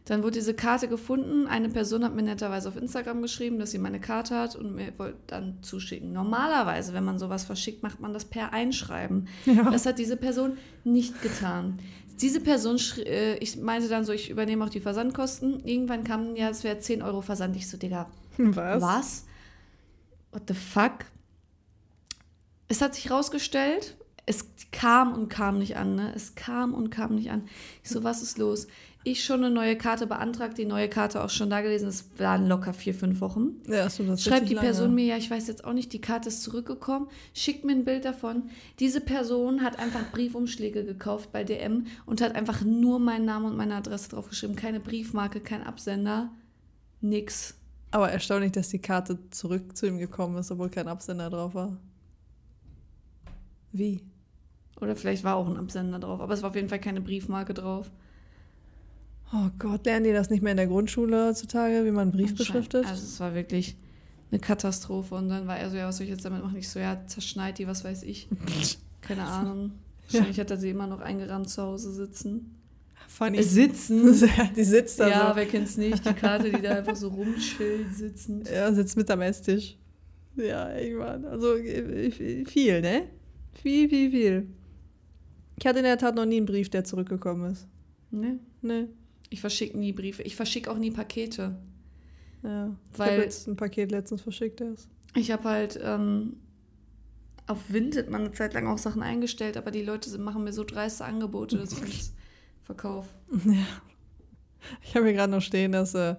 S1: Dann wurde diese Karte gefunden. Eine Person hat mir netterweise auf Instagram geschrieben, dass sie meine Karte hat und mir wollte dann zuschicken. Normalerweise, wenn man sowas verschickt, macht man das per Einschreiben.
S2: Ja.
S1: Das hat diese Person nicht getan. Diese Person, schrie- äh, ich meinte dann so, ich übernehme auch die Versandkosten. Irgendwann kam, ja, es wäre 10 Euro Versand. Ich so, Digga,
S2: was?
S1: was? What the fuck? es hat sich rausgestellt, es kam und kam nicht an, ne? Es kam und kam nicht an. Ich so, was ist los? Ich schon eine neue Karte beantragt, die neue Karte auch schon da gewesen. Es waren locker vier, fünf Wochen.
S2: Ja, hast du das
S1: Schreibt
S2: richtig
S1: die
S2: lange?
S1: Person mir, ja, ich weiß jetzt auch nicht, die Karte ist zurückgekommen, schickt mir ein Bild davon. Diese Person hat einfach Briefumschläge gekauft bei DM und hat einfach nur meinen Namen und meine Adresse draufgeschrieben. Keine Briefmarke, kein Absender, nix.
S2: Aber erstaunlich, dass die Karte zurück zu ihm gekommen ist, obwohl kein Absender drauf war. Wie?
S1: Oder vielleicht war auch ein Absender drauf, aber es war auf jeden Fall keine Briefmarke drauf.
S2: Oh Gott, lernen die das nicht mehr in der Grundschule heutzutage, wie man einen Brief beschriftet?
S1: Also es war wirklich eine Katastrophe. Und dann war er so, ja, was soll ich jetzt damit machen? Ich so, ja, zerschneid die, was weiß ich. Keine Ahnung. Wahrscheinlich hat er sie immer noch eingerannt zu Hause sitzen.
S2: Funny.
S1: Äh, sitzen?
S2: die sitzt da
S1: ja,
S2: so.
S1: wer kennt's nicht? Die Karte, die da einfach so rumchillt, sitzend.
S2: Ja, sitzt mit am Esstisch. Ja, irgendwann. Also äh, viel, ne? Viel, viel, viel. Ich hatte in der Tat noch nie einen Brief, der zurückgekommen ist.
S1: Ne?
S2: Ne?
S1: Ich verschicke nie Briefe. Ich verschicke auch nie Pakete.
S2: Ja. ich
S1: Weil-
S2: habe jetzt ein Paket letztens verschickt erst.
S1: Ich habe halt ähm, auf Vinted mal eine Zeit lang auch Sachen eingestellt, aber die Leute sind- machen mir so dreiste Angebote, dass ich nichts verkaufe.
S2: Ich habe hier gerade noch stehen, dass äh,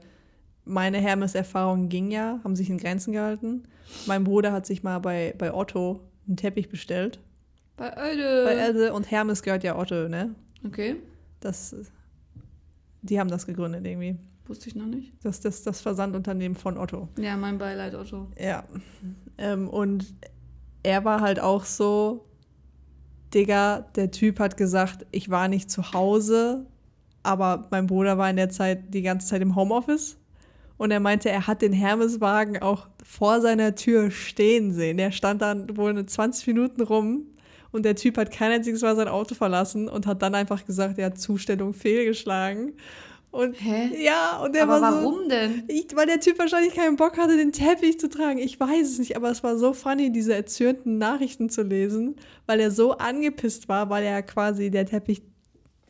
S2: meine Hermes-Erfahrung ging ja, haben sich in Grenzen gehalten. Mein Bruder hat sich mal bei, bei Otto einen Teppich bestellt.
S1: Bei
S2: Bei
S1: Öde.
S2: Else und Hermes gehört ja Otto, ne?
S1: Okay,
S2: Das, die haben das gegründet irgendwie.
S1: wusste ich noch nicht.
S2: Das, das, das Versandunternehmen von Otto.
S1: Ja, mein Beileid, Otto.
S2: Ja. Ähm, und er war halt auch so, Digga, der Typ hat gesagt, ich war nicht zu Hause, aber mein Bruder war in der Zeit die ganze Zeit im Homeoffice. Und er meinte, er hat den Hermeswagen auch vor seiner Tür stehen sehen. Der stand dann wohl eine 20 Minuten rum und der Typ hat kein einziges Mal sein Auto verlassen und hat dann einfach gesagt, er hat Zustellung fehlgeschlagen. Und
S1: Hä?
S2: ja, und er
S1: Aber
S2: war so,
S1: warum denn?
S2: ich, weil der Typ wahrscheinlich keinen Bock hatte, den Teppich zu tragen. Ich weiß es nicht, aber es war so funny, diese erzürnten Nachrichten zu lesen, weil er so angepisst war, weil er quasi der Teppich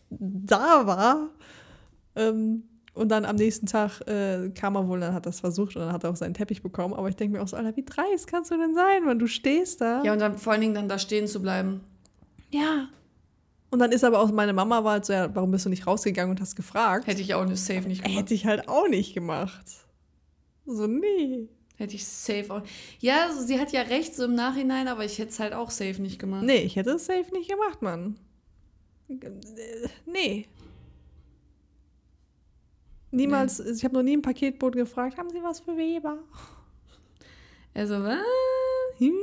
S2: da war. Ähm, und dann am nächsten Tag äh, kam er wohl, dann hat er es versucht und dann hat er auch seinen Teppich bekommen. Aber ich denke mir auch so, Alter, wie dreist kannst du denn sein, wenn du stehst da?
S1: Ja, und dann vor allen Dingen dann da stehen zu bleiben.
S2: Ja. Und dann ist aber auch meine Mama war halt so, ja, warum bist du nicht rausgegangen und hast gefragt?
S1: Hätte ich auch nicht safe nicht gemacht.
S2: Hätte ich halt auch nicht gemacht. So, nee.
S1: Hätte ich safe auch. Ja, so, sie hat ja recht so im Nachhinein, aber ich hätte es halt auch safe nicht gemacht.
S2: Nee, ich hätte es safe nicht gemacht, Mann. Äh, Nee. Niemals, ich habe noch nie im Paketboot gefragt, haben Sie was für Weber?
S1: Also, was? Hm?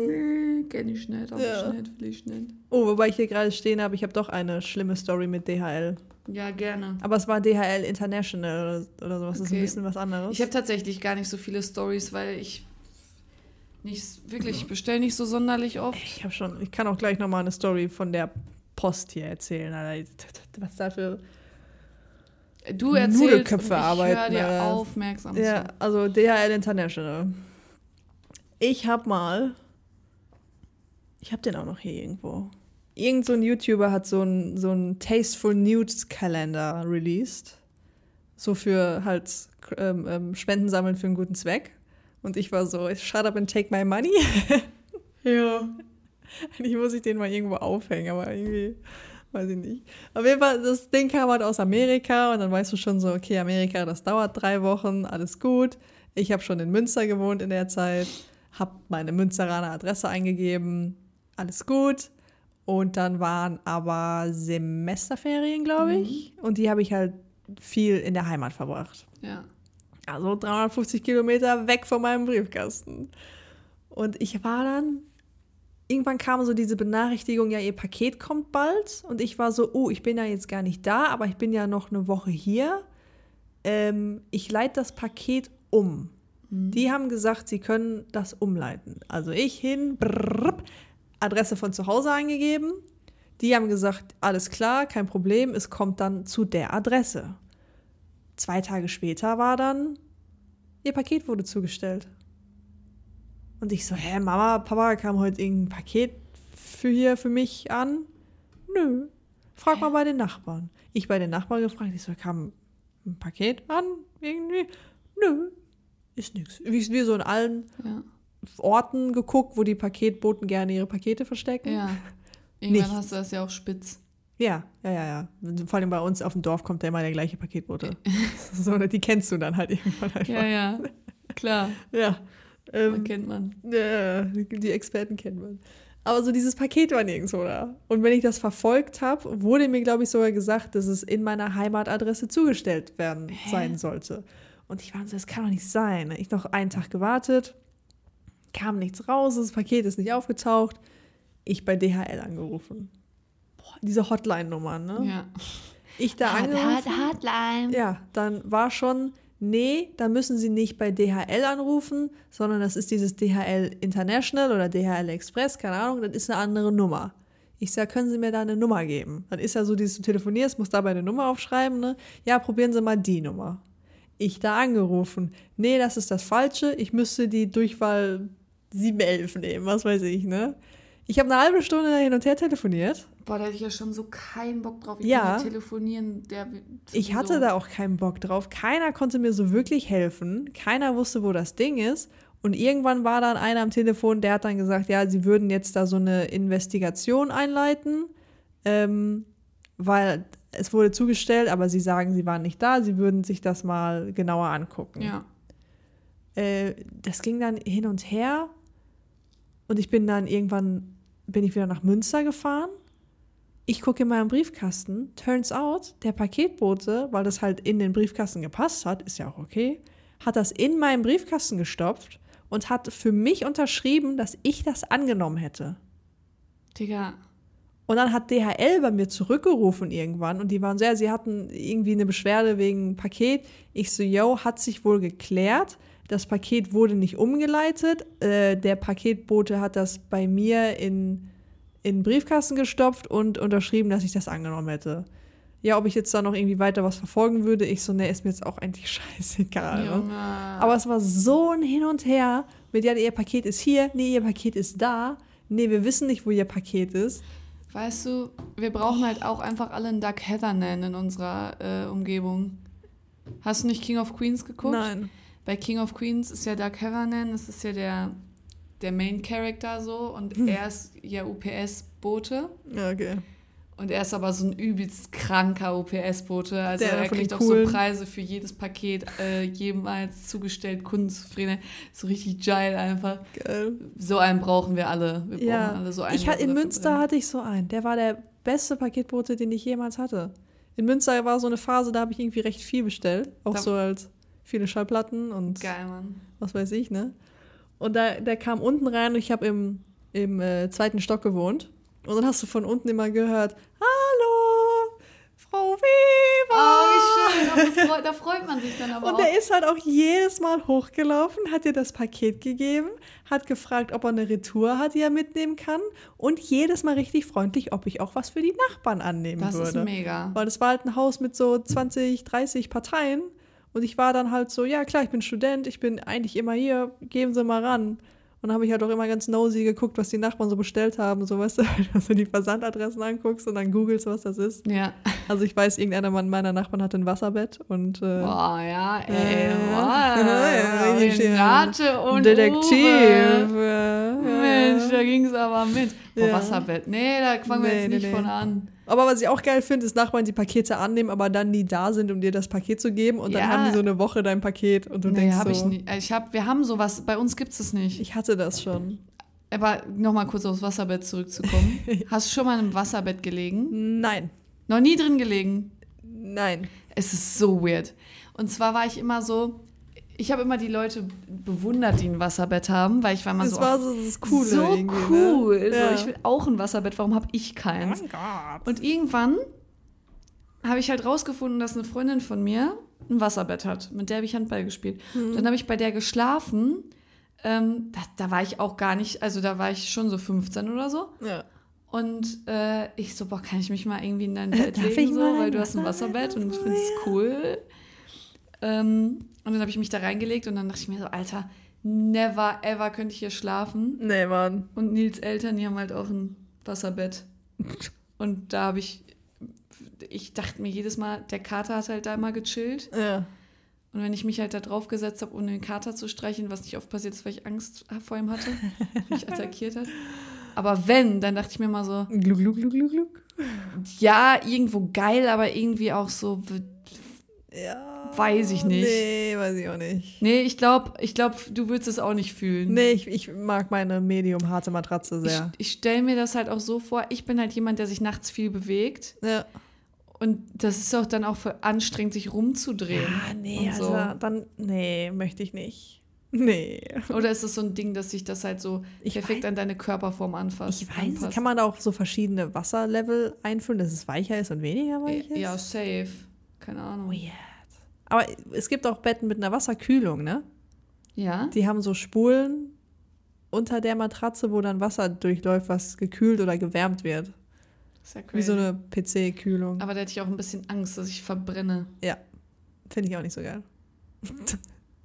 S1: Nee, kenn ich nicht, aber
S2: Ja.
S1: ich nicht, will ich nicht.
S2: Oh, wobei ich hier gerade stehen habe, ich habe doch eine schlimme Story mit DHL.
S1: Ja, gerne.
S2: Aber es war DHL International oder, oder sowas, das ist
S1: Okay.
S2: ein bisschen was anderes.
S1: Ich habe tatsächlich gar nicht so viele Stories, weil ich nicht wirklich, ich bestelle nicht so sonderlich oft.
S2: Ich habe schon, ich kann auch gleich nochmal eine Story von der Post hier erzählen. Alter. Was dafür.
S1: Du erzählst und
S2: Nudelköpfe
S1: ich höre
S2: arbeiten,
S1: dir
S2: Alter.
S1: aufmerksam
S2: Ja,
S1: zu.
S2: also DHL International. Ich hab mal, ich hab den auch noch hier irgendwo. Irgend so ein YouTuber hat so einen so einen Tasteful Nudes Kalender released. So für halt ähm, ähm, Spenden sammeln für einen guten Zweck. Und ich war so, shut up and take my money. ja. Eigentlich muss ich den mal irgendwo aufhängen, aber irgendwie, weiß ich nicht. Auf jeden Fall, das Ding kam halt aus Amerika und dann weißt du schon so, okay, Amerika, das dauert drei Wochen, alles gut. Ich habe schon in Münster gewohnt in der Zeit, habe meine Münsteraner Adresse eingegeben, alles gut. Und dann waren aber Semesterferien, glaube ich. Und die habe ich halt viel in der Heimat verbracht.
S1: Ja.
S2: Also 350 Kilometer weg von meinem Briefkasten. Und ich war dann, irgendwann kam so diese Benachrichtigung, ja, ihr Paket kommt bald. Und ich war so, oh, ich bin ja jetzt gar nicht da, aber ich bin ja noch eine Woche hier. Ähm, ich leite das Paket um. Die haben gesagt, sie können das umleiten. Also ich hin, brrrr, Adresse von zu Hause eingegeben. Die haben gesagt, alles klar, kein Problem, es kommt dann zu der Adresse. Zwei Tage später war dann, ihr Paket wurde zugestellt. Und ich so, hä, Mama, Papa, kam heute irgendein Paket für hier für mich an? Nö. Frag mal bei den Nachbarn. Ich bei den Nachbarn gefragt, ich so, kam ein Paket an? Irgendwie? Nö. Ist nix. Wie, wie so in allen
S1: Ja.
S2: Orten geguckt, wo die Paketboten gerne ihre Pakete verstecken.
S1: Ja. Irgendwann
S2: Nichts.
S1: hast du das ja auch spitz.
S2: Ja, ja, ja, ja. Vor allem bei uns auf dem Dorf kommt ja immer der gleiche Paketbote. so, die kennst du dann halt irgendwann einfach.
S1: Ja, ja. Klar,
S2: ja. Ähm,
S1: man kennt man.
S2: Ja, die Experten kennt man. Aber so dieses Paket war nirgends, oder? Und wenn ich das verfolgt habe, wurde mir, glaube ich, sogar gesagt, dass es in meiner Heimatadresse zugestellt werden sein sollte. Und ich war so, das kann doch nicht sein. ne? Ich noch einen Tag gewartet, kam nichts raus, das Paket ist nicht aufgetaucht. Ich bei DHL angerufen. Boah, diese Hotline-Nummer, ne?
S1: Ja.
S2: Ich da
S3: Hot,
S2: angerufen.
S3: hot, hotline.
S2: Ja, dann war schon, nee, da müssen Sie nicht bei DHL anrufen, sondern das ist dieses DHL International oder DHL Express, keine Ahnung, das ist eine andere Nummer. Ich sag, können Sie mir da eine Nummer geben? Dann ist ja so, dieses, du telefonierst, musst dabei eine Nummer aufschreiben, ne? Ja, probieren Sie mal die Nummer. Ich da angerufen. Nee, das ist das Falsche. Ich müsste die Durchwahl 711 nehmen, was weiß ich, ne? Ich habe eine halbe Stunde hin und her telefoniert.
S1: Boah, da hätte ich ja schon so keinen Bock drauf. Ich
S2: Ja.
S1: kann nicht telefonieren. Der,
S2: Ich
S1: um-
S2: hatte da auch keinen Bock drauf. Keiner konnte mir so wirklich helfen. Keiner wusste, wo das Ding ist. Und irgendwann war dann einer am Telefon, der hat dann gesagt, ja, sie würden jetzt da so eine Investigation einleiten, ähm, weil es wurde zugestellt, aber sie sagen, sie waren nicht da, sie würden sich das mal genauer angucken.
S1: Ja.
S2: Äh, das ging dann hin und her und ich bin dann irgendwann, bin ich wieder nach Münster gefahren ich gucke in meinem Briefkasten, turns out, der Paketbote, weil das halt in den Briefkasten gepasst hat, ist ja auch okay, hat das in meinen Briefkasten gestopft und hat für mich unterschrieben, dass ich das angenommen hätte.
S1: Digga.
S2: Und dann hat DHL bei mir zurückgerufen irgendwann und die waren so, ja, sie hatten irgendwie eine Beschwerde wegen Paket. Ich so, yo, hat sich wohl geklärt. Das Paket wurde nicht umgeleitet. Äh, der Paketbote hat das bei mir in, in den Briefkasten gestopft und unterschrieben, dass ich das angenommen hätte. Ja, ob ich jetzt da noch irgendwie weiter was verfolgen würde, ich so, ne, ist mir jetzt auch eigentlich scheißegal. ne?
S1: Junge.
S2: Aber es war so ein Hin und Her mit, ja, ihr Paket ist hier, nee, ihr Paket ist da, nee, wir wissen nicht, wo ihr Paket ist.
S1: Weißt du, wir brauchen halt auch einfach alle einen Doug Heathernan in unserer äh, Umgebung. Hast du nicht King of Queens geguckt?
S2: Nein.
S1: Bei King of Queens ist ja Doug Heathernan, das ist ja der, der Main Character so und er ist ja UPS-Bote.
S2: Ja, okay.
S1: Und er ist aber so ein übelst kranker OPS-Bote. Also
S2: Der
S1: er
S2: von den
S1: kriegt auch
S2: Coolen.
S1: so Preise für jedes Paket, äh, jemals zugestellt, Kundenzufriedenheit. So richtig geil einfach.
S2: Geil.
S1: So einen brauchen wir alle. Wir brauchen
S2: Ja,
S1: alle so einen.
S2: ich
S1: der
S2: hatte,
S1: so
S2: in
S1: dafür
S2: Münster
S1: brennt.
S2: hatte ich so einen. Der war der beste Paketbote, den ich jemals hatte. In Münster war so eine Phase, da habe ich irgendwie recht viel bestellt. Auch
S1: Da-
S2: so halt viele Schallplatten und
S1: Geil, Mann.
S2: was weiß ich, ne? Und da, der kam unten rein und ich habe im, im äh, zweiten Stock gewohnt. Und dann hast du von unten immer gehört, Hallo,
S1: Oh,
S2: Frau
S1: wie schön.
S2: Weber.
S1: Aber das freut, da freut man sich dann aber
S2: Ah! Und
S1: auch.
S2: der ist halt auch jedes Mal hochgelaufen, hat ihr das Paket gegeben, hat gefragt, ob er eine Retour hat, die er mitnehmen kann und jedes Mal richtig freundlich, ob ich auch was für die Nachbarn annehmen
S1: Das
S2: würde.
S1: ist mega.
S2: Weil das war halt ein Haus mit so 20, 30 Parteien und ich war dann halt so, ja klar, ich bin Student, ich bin eigentlich immer hier, geben Sie mal ran. Und dann habe ich halt auch immer ganz nosy geguckt, was die Nachbarn so bestellt haben, so weißt du, dass du die Versandadressen anguckst und dann googelst, was das ist.
S1: Ja.
S2: Also ich weiß, irgendeiner meiner Nachbarn hatte ein Wasserbett und äh,
S1: Boah, Oh, ja, ey,
S2: Äh, ja,
S1: boah.
S2: richtig, ja.
S1: Renate und
S2: Detektiv.
S1: Uwe. Mensch,
S2: Mensch,
S1: da ging es aber mit. Boah,
S2: Ja.
S1: Wasserbett. Nee, da fangen wir
S2: Nee,
S1: jetzt
S2: nee,
S1: nicht
S2: nee.
S1: von an.
S2: Aber was ich auch geil finde, ist Nachbarn, die Pakete annehmen, aber dann nie da sind, um dir das Paket zu geben. Und dann
S1: Ja.
S2: haben die so eine Woche dein Paket und du
S1: nee,
S2: denkst
S1: hab
S2: so,
S1: ich nicht. Ich hab, wir haben sowas, bei uns gibt es das nicht.
S2: ich hatte das schon.
S1: Aber nochmal kurz aufs Wasserbett zurückzukommen. Hast du schon mal in einem Wasserbett gelegen?
S2: Nein,
S1: Noch nie drin gelegen?
S2: nein.
S1: Es ist so weird. Und zwar war ich immer so, ich habe immer die Leute bewundert, die ein Wasserbett haben, weil ich war immer
S2: Das
S1: so,
S2: war
S1: ach,
S2: so das Coole
S1: so
S2: irgendwie,
S1: cool.
S2: Ne? Oh
S1: So, ich will auch ein Wasserbett, warum habe ich keins? Und irgendwann habe ich halt rausgefunden, dass eine Freundin von mir ein Wasserbett hat. Mit der habe ich Handball gespielt.
S2: Hm.
S1: Dann habe ich bei der geschlafen. Ähm, da, da war ich auch gar nicht, also da war ich schon so 15 oder so.
S2: ja.
S1: Und äh, ich so, boah, kann ich mich mal irgendwie in dein Bett
S2: Äh, darf
S1: legen,
S2: ich
S1: so,
S2: mal
S1: weil
S2: ein
S1: du hast ein Wasserbett
S2: Wasserbett
S1: und ich
S2: so,
S1: finde es cool. Ähm, und dann habe ich mich da reingelegt und dann dachte ich mir so, Alter, never ever könnte ich hier schlafen.
S2: Nee, Mann.
S1: Und Nils Eltern, die haben halt auch ein Wasserbett. Und da habe ich, ich dachte mir jedes Mal, der Kater hat halt da immer gechillt.
S2: Ja.
S1: Und wenn ich mich halt da drauf gesetzt habe, um den Kater zu streicheln, was nicht oft passiert ist, weil ich Angst vor ihm hatte, mich attackiert hat. Aber wenn, dann dachte ich mir mal so,
S2: Gluck, gluck, gluck, gluck, gluck.
S1: ja, irgendwo geil, aber irgendwie auch so. w-
S2: Ja.
S1: Weiß ich nicht.
S2: Nee, weiß ich auch nicht.
S1: Nee, ich glaube, ich glaub, du würdest es auch nicht fühlen.
S2: Nee, ich, ich mag meine medium-harte Matratze sehr.
S1: Ich, ich stelle mir das halt auch so vor, ich bin halt jemand, der sich nachts viel bewegt.
S2: ja.
S1: Und das ist auch dann auch voll anstrengend, sich rumzudrehen.
S2: Ah, nee,
S1: Und so.
S2: Alter, dann, nee, möchte ich nicht. Nee.
S1: Oder ist es so ein Ding, dass sich das halt so
S2: Ich
S1: perfekt an deine Körperform anfasst?
S2: Ich weiß, nicht, kann man da auch so verschiedene Wasserlevel einfüllen, dass es weicher ist und weniger weich ist?
S1: Äh, Ja, safe. Keine Ahnung.
S2: Weird. Aber es gibt auch Betten mit einer Wasserkühlung, ne?
S1: Ja?
S2: Die haben so Spulen unter der Matratze, wo dann Wasser durchläuft, was gekühlt oder gewärmt wird.
S1: Ist ja crazy.
S2: Wie so eine PC-Kühlung.
S1: Aber da hätte ich auch ein bisschen Angst, dass ich verbrenne.
S2: Finde ich auch nicht so geil.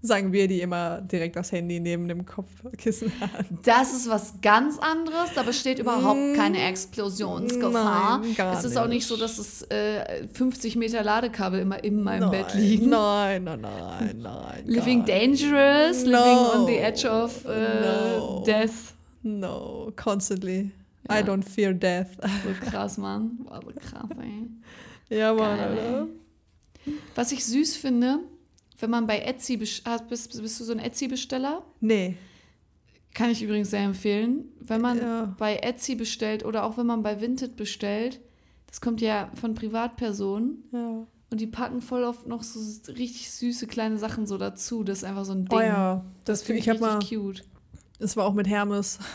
S2: Sagen wir, die immer direkt das Handy neben dem Kopfkissen haben.
S1: Das ist was ganz anderes. Da besteht überhaupt
S2: Mm.
S1: keine Explosionsgefahr.
S2: Nein, gar
S1: es ist auch nicht
S2: nicht.
S1: so, dass es äh, 50 Meter Ladekabel immer in meinem Bett
S2: Nein,
S1: liegen.
S2: Nein, nein, nein, nein.
S1: Living
S2: gar
S1: dangerous,
S2: No.
S1: living on the edge of äh,
S2: No.
S1: death.
S2: No, constantly.
S1: Ja.
S2: I don't fear death.
S1: So krass, Mann. War so krass, ey.
S2: ja, Mann,
S1: Geil.
S2: Alter.
S1: Was ich süß finde, wenn man bei Etsy besch- ah, bist, bist du so ein Etsy-Besteller?
S2: Nee.
S1: Kann ich übrigens sehr empfehlen. Wenn man
S2: Ja.
S1: bei Etsy bestellt oder auch wenn man bei Vinted bestellt, das kommt ja von Privatpersonen
S2: Ja.
S1: und die packen voll oft noch so s- richtig süße kleine Sachen so dazu. Das ist einfach so ein Ding.
S2: Oh ja, das,
S1: Finde
S2: finde
S1: ich,
S2: ich, hab mal,
S1: richtig cute.
S2: das war auch mit Hermes.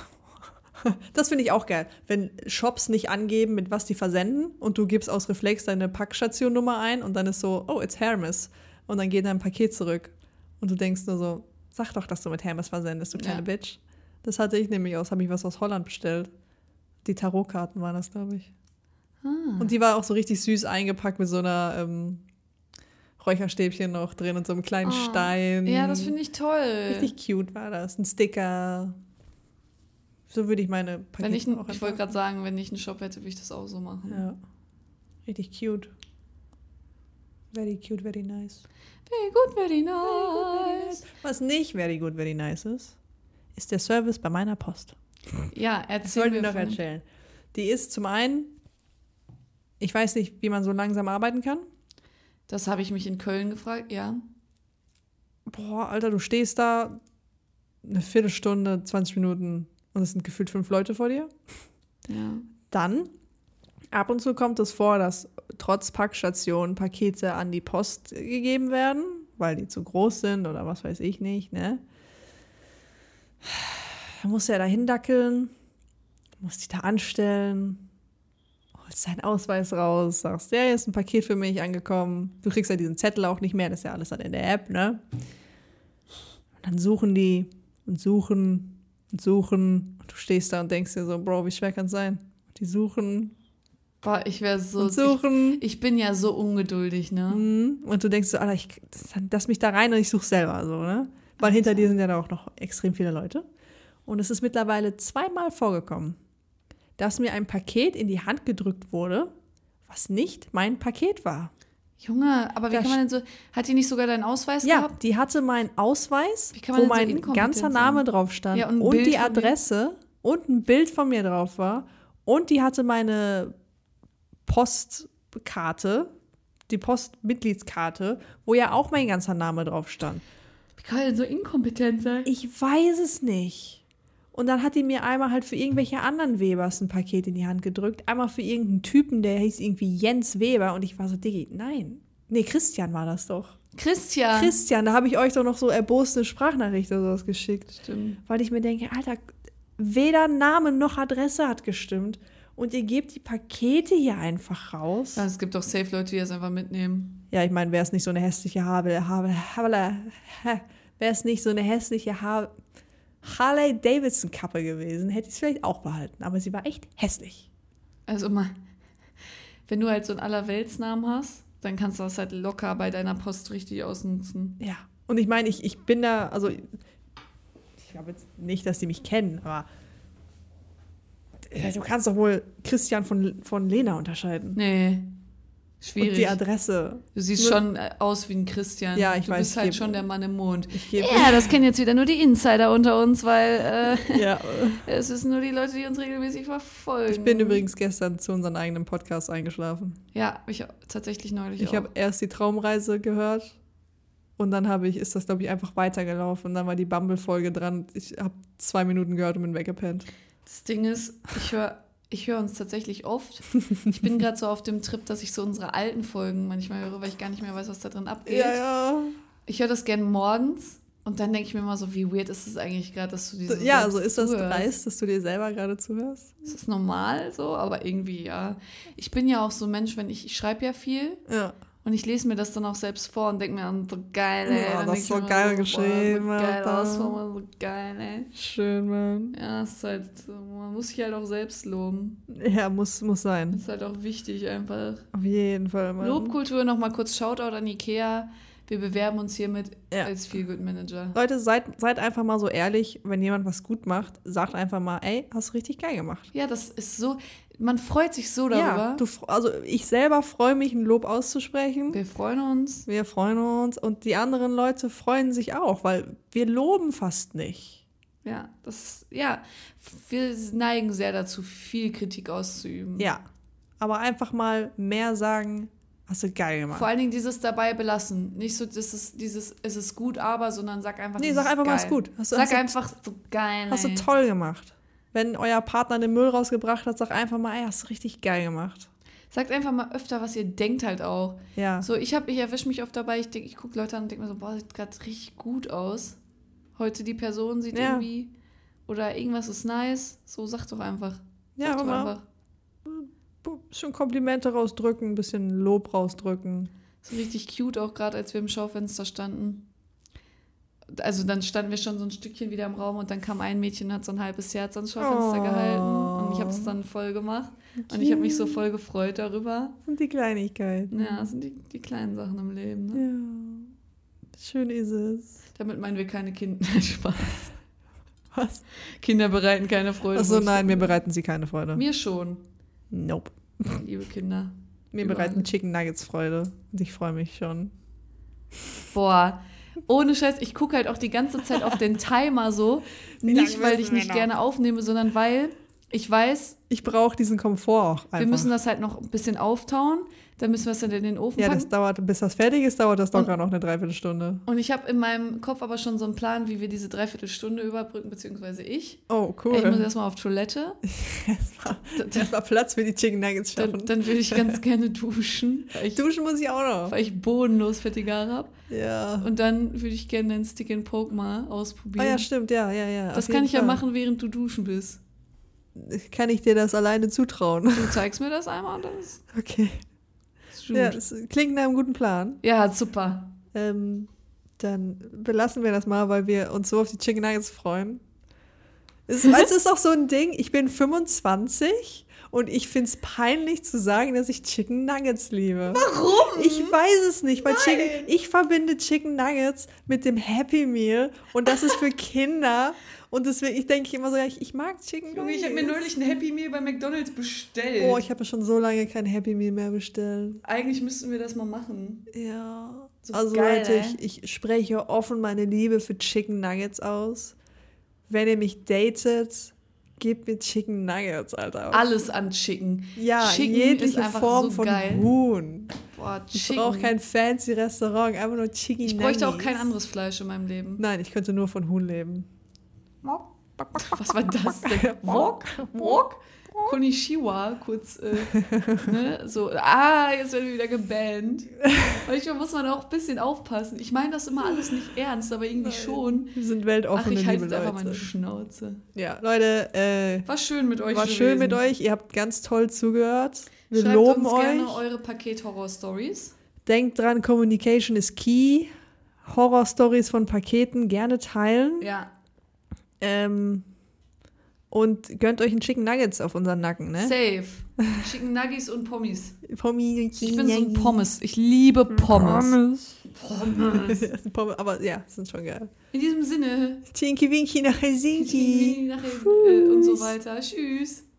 S2: Das finde ich auch geil, wenn Shops nicht angeben, mit was die versenden und du gibst aus Reflex deine Packstation-Nummer ein und dann ist so, oh, it's Hermes. Und dann geht dein Paket zurück. Und du denkst nur so, sag doch, dass du mit Hermes versendest, du kleine
S1: Ja.
S2: Bitch. Das hatte ich nämlich aus, habe ich was aus Holland bestellt. Die Tarotkarten waren das, glaube ich.
S1: Ah.
S2: Und die war auch so richtig süß eingepackt mit so einer ähm, Räucherstäbchen noch drin und so einem kleinen
S1: Ah.
S2: Stein.
S1: ja, das finde ich toll.
S2: Richtig cute war das. Ein Sticker. So würde ich meine Pakete
S1: Wenn ich, n-
S2: auch
S1: ich wollte
S2: anpacken.
S1: gerade sagen, wenn ich einen Shop hätte, würde ich das auch so machen.
S2: Ja. Richtig cute. Very cute, very nice.
S1: Very good, very nice.
S2: Was nicht very good, very nice ist, ist der Service bei meiner Post.
S1: Ja,
S2: Das
S1: erzähl
S2: wollte
S1: mir
S2: ich noch
S1: von-
S2: erzählen. Die ist zum einen, ich weiß nicht, wie man so langsam arbeiten kann.
S1: Das habe ich mich in Köln gefragt, ja.
S2: boah, Alter, du stehst da eine Viertelstunde, 20 Minuten und es sind gefühlt fünf Leute vor dir.
S1: Ja.
S2: Dann, ab und zu kommt es vor, dass trotz Packstation Pakete an die Post gegeben werden, weil die zu groß sind oder was weiß ich nicht, ne? Da musst du ja dahin dackeln, musst dich da anstellen, holst deinen Ausweis raus, sagst, ja, hier ist ein Paket für mich angekommen. Du kriegst ja diesen Zettel auch nicht mehr, das ist ja alles dann in der App, ne? Und dann suchen die und suchen und suchen und du stehst da und denkst dir so, Bro, wie schwer kann's sein? Und die suchen
S1: Boah, ich wäre so.
S2: und suchen.
S1: Ich, ich bin ja so ungeduldig, ne?
S2: Mhm. Und du denkst so, Alter, ich, das, lass mich da rein und ich suche selber so, ne? Weil hinter dir sind ja da auch noch extrem viele Leute. Und es ist mittlerweile zweimal vorgekommen, dass mir ein Paket in die Hand gedrückt wurde, was nicht mein Paket war.
S1: Junge, aber wie
S2: Ja,
S1: kann man denn so. Hat die nicht sogar deinen Ausweis
S2: Ja,
S1: gehabt?
S2: die hatte meinen Ausweis,
S1: Wie kann man
S2: wo
S1: denn so
S2: mein
S1: inkompetent
S2: ganzer
S1: sein?
S2: Name drauf stand
S1: Ja, und ein
S2: und,
S1: Bild
S2: die
S1: von mir.
S2: Adresse und ein Bild von mir drauf war und die hatte meine Postkarte, die Postmitgliedskarte, wo ja auch mein ganzer Name drauf stand.
S1: Wie kann man denn so inkompetent sein?
S2: Ich weiß es nicht. Und dann hat die mir einmal halt für irgendwelche anderen Webers ein Paket in die Hand gedrückt. Einmal für irgendeinen Typen, der hieß irgendwie Jens Weber. Und ich war so, Diggi, nein. Nee, Christian war das doch.
S1: Christian.
S2: Christian, da habe ich euch doch noch so erbosene Sprachnachricht oder sowas geschickt.
S1: Stimmt.
S2: Weil ich mir denke, Alter, weder Name noch Adresse hat gestimmt. Und ihr gebt die Pakete hier einfach raus.
S1: Ja, es gibt doch safe Leute, die das einfach mitnehmen.
S2: Ja, ich meine, wäre es nicht so eine hässliche Habe, Habe, Habe, wäre es nicht so eine hässliche Habe, Harley Davidson Kappe gewesen, hätte ich es vielleicht auch behalten. Aber sie war echt hässlich.
S1: Also mal. Wenn du halt so einen Allerweltsnamen hast, dann kannst du das halt locker bei deiner Post richtig ausnutzen.
S2: Ja. Und ich meine, ich, ich bin da, also ich glaube jetzt nicht, dass die mich kennen, aber äh, du kannst doch wohl Christian von, von Lena unterscheiden.
S1: Nee.
S2: Und
S1: Schwierig.
S2: die Adresse.
S1: du siehst schon äh, aus wie ein Christian.
S2: Ja, ich
S1: du
S2: weiß,
S1: bist
S2: ich
S1: halt
S2: geb-
S1: schon der Mann im Mond.
S2: Ich gebe.
S1: Ja, das kennen jetzt wieder nur die Insider unter uns, weil äh,
S2: Ja.
S1: es ist nur die Leute, die uns regelmäßig verfolgen.
S2: Ich bin übrigens gestern zu unserem eigenen Podcast eingeschlafen.
S1: Ja, ich tatsächlich neulich
S2: Ich
S1: auch.
S2: habe erst die Traumreise gehört und dann habe ich, ist das, glaube ich, einfach weitergelaufen. Und dann war die Bumble-Folge dran. Ich habe zwei Minuten gehört und bin weggepennt.
S1: Das Ding ist, ich höre ich hör uns tatsächlich oft. Ich bin gerade so auf dem Trip, dass ich so unsere alten Folgen manchmal höre, weil ich gar nicht mehr weiß, was da drin abgeht.
S2: ja.
S1: Ich höre das gerne morgens und dann denke ich mir immer so, wie weird ist es eigentlich gerade, dass du
S2: So,
S1: diese
S2: ja,
S1: Sätze
S2: also ist das
S1: zuhörst.
S2: dreist, dass du dir selber gerade zuhörst?
S1: Ist das normal so? Aber irgendwie, ja. Ich bin ja auch so ein Mensch, wenn ich, ich schreibe ja viel
S2: Ja.
S1: und ich lese mir das dann auch selbst vor und denke mir, oh, so geil, ey.
S2: Ja,
S1: Dann
S2: das
S1: denk
S2: ist
S1: ich
S2: so
S1: mir immer
S2: geil
S1: boah,
S2: geschrieben,
S1: So geil
S2: Alter.
S1: ausformuliert, so geil, ey.
S2: Schön, Mann.
S1: Ja, ist halt, so, man muss sich halt auch selbst loben.
S2: Ja, muss, muss sein.
S1: Ist halt auch wichtig einfach.
S2: Auf jeden Fall, Mann.
S1: Lobkultur, nochmal kurz Shoutout an Ikea. Wir bewerben uns hiermit
S2: Ja.
S1: als Feel Good Manager.
S2: Leute, seid, seid einfach mal so ehrlich, wenn jemand was gut macht, sagt einfach mal, ey, hast du richtig geil gemacht.
S1: Ja, das ist so, man freut sich so
S2: Ja,
S1: darüber.
S2: du, fr- also ich selber freue mich, ein Lob auszusprechen.
S1: wir freuen uns.
S2: Wir freuen uns und die anderen Leute freuen sich auch, weil wir loben fast nicht.
S1: Ja, das, ja, wir neigen sehr dazu, viel Kritik auszuüben.
S2: Ja, aber einfach mal mehr sagen, hast du geil gemacht.
S1: Vor allen Dingen dieses dabei belassen. Nicht so das ist dieses, es ist gut, aber, sondern sag einfach,
S2: Nee,
S1: es
S2: sag
S1: ist
S2: einfach mal,
S1: geil.
S2: es ist gut. Hast du-
S1: sag
S2: hast du-
S1: einfach, so geil.
S2: Hast du
S1: ey.
S2: toll gemacht. Wenn euer Partner den Müll rausgebracht hat, sag einfach mal, ey, hast du richtig geil gemacht.
S1: Sagt einfach mal öfter, was ihr denkt halt auch.
S2: Ja.
S1: So, ich habe, ich erwische mich oft dabei, ich denke, ich gucke Leute an und denke mir so, boah, sieht gerade richtig gut aus. Heute die Person sieht
S2: Ja.
S1: irgendwie oder irgendwas ist nice. So, sag doch einfach.
S2: ja,
S1: sag
S2: aber
S1: doch
S2: mal bu- schon Komplimente rausdrücken, ein bisschen Lob rausdrücken.
S1: So richtig cute, auch gerade als wir im Schaufenster standen. Also dann standen wir schon so ein Stückchen wieder im Raum und dann kam ein Mädchen und hat so ein halbes Herz ans Schaufenster
S2: Oh.
S1: gehalten. Und ich habe es dann voll gemacht. Und ich habe mich so voll gefreut darüber.
S2: Das sind die Kleinigkeiten.
S1: Ja, das sind die, die kleinen Sachen im Leben. Ne?
S2: Ja. Schön ist es.
S1: Damit meinen wir keine Kinder. Spaß.
S2: Was?
S1: Kinder bereiten keine Freude.
S2: Achso,
S1: möchte-
S2: nein, mir bereiten sie keine Freude.
S1: Mir schon,
S2: Nope.
S1: liebe Kinder.
S2: Mir
S1: Überall.
S2: bereiten Chicken Nuggets Freude. Und ich freue mich schon.
S1: Boah, ohne Scheiß, ich gucke halt auch die ganze Zeit auf den Timer so.
S2: Wie lange
S1: Nicht, weil
S2: müssen
S1: ich
S2: wir
S1: nicht
S2: noch?
S1: gerne aufnehme, sondern weil ich weiß,
S2: Ich brauche diesen Komfort auch einfach.
S1: wir müssen das halt noch ein bisschen auftauen. Dann müssen wir es dann in den Ofen
S2: ja, das
S1: packen.
S2: dauert, bis das fertig ist, dauert das locker noch eine Dreiviertelstunde.
S1: Und ich habe in meinem Kopf aber schon so einen Plan, wie wir diese Dreiviertelstunde überbrücken, beziehungsweise ich.
S2: Oh, cool.
S1: Ich muss erstmal auf Toilette.
S2: erstmal
S1: Dann,
S2: Platz für die Chicken Nuggets
S1: dann,
S2: schaffen.
S1: dann würde ich ganz gerne duschen, weil ich,
S2: Duschen muss ich auch noch.
S1: weil ich bodenlos fettige Haare habe.
S2: Ja.
S1: Und dann würde ich gerne den Stick and Poke mal
S2: Ah
S1: ausprobieren.
S2: ja, stimmt, ja, ja, ja.
S1: das
S2: auf
S1: kann
S2: jeden
S1: ich ja
S2: Fall.
S1: machen, während du duschen bist.
S2: Kann ich dir das alleine zutrauen?
S1: Du zeigst mir das einmal und dann ist
S2: Okay.
S1: ist gut.
S2: Ja,
S1: Ja,
S2: es klingt nach einem guten Plan.
S1: super.
S2: Ähm, dann belassen wir das mal, weil wir uns so auf die Chicken Nuggets freuen. Es, es ist auch so ein Ding, ich bin 25 und ich finde es peinlich zu sagen, dass ich Chicken Nuggets liebe. Warum? Ich weiß es nicht, weil Chicken, ich verbinde Chicken Nuggets mit dem Happy Meal und das ist für Kinder und deswegen ich denke immer so, ja, ich, ich mag Chicken Nuggets.
S1: neulich ein Happy Meal bei McDonalds bestellt.
S2: oh, ich habe ja schon so lange kein Happy Meal mehr bestellt.
S1: Eigentlich müssten wir das mal machen.
S2: Ja.
S1: So
S2: also
S1: geil,
S2: Leute, ich, ich spreche offen meine Liebe für Chicken Nuggets aus. Wenn ihr mich datet, gebt mir Chicken Nuggets, Alter.
S1: Alles an Chicken.
S2: ja,
S1: Chicken ist
S2: jegliche
S1: einfach
S2: Form
S1: so
S2: von
S1: geil.
S2: Huhn.
S1: Boah,
S2: Ich
S1: Chicken.
S2: brauche kein fancy Restaurant, einfach nur Chicken
S1: ich
S2: Nuggets.
S1: bräuchte auch kein anderes Fleisch in meinem Leben.
S2: Nein, ich könnte nur von Huhn leben.
S1: Was war das denn? Wok? Wok? Konishiwa, kurz, äh, ne, so, ah, jetzt werden wir wieder gebannt. Manchmal muss man auch ein bisschen aufpassen. Ich meine das immer alles nicht ernst, aber irgendwie schon.
S2: Wir sind
S1: Ach,
S2: weltoffene
S1: ich halte
S2: liebe
S1: jetzt einfach meine
S2: Leute.
S1: Schnauze.
S2: Ja, Leute, äh,
S1: War schön mit euch
S2: war
S1: gewesen.
S2: schön mit euch. Ihr habt ganz toll zugehört. Wir
S1: Schreibt
S2: loben
S1: uns
S2: euch.
S1: gerne eure Paket-Horror-Stories.
S2: Denkt dran, Communication is key. Horror-Stories von Paketen gerne teilen.
S1: Ja,
S2: Ähm, und gönnt euch einen Chicken Nuggets auf unseren Nacken, ne?
S1: safe. Chicken Nuggies und Pommes.
S2: Pommi-
S1: Ich bin so ein Pommes. Ich liebe
S2: Hm,
S1: Pommes. Pommes.
S2: Pommes. Aber ja, sind schon geil.
S1: In diesem Sinne,
S2: Tinky Winky nach Helsinki.
S1: Tschüss. und so äh, weiter. Tschüss.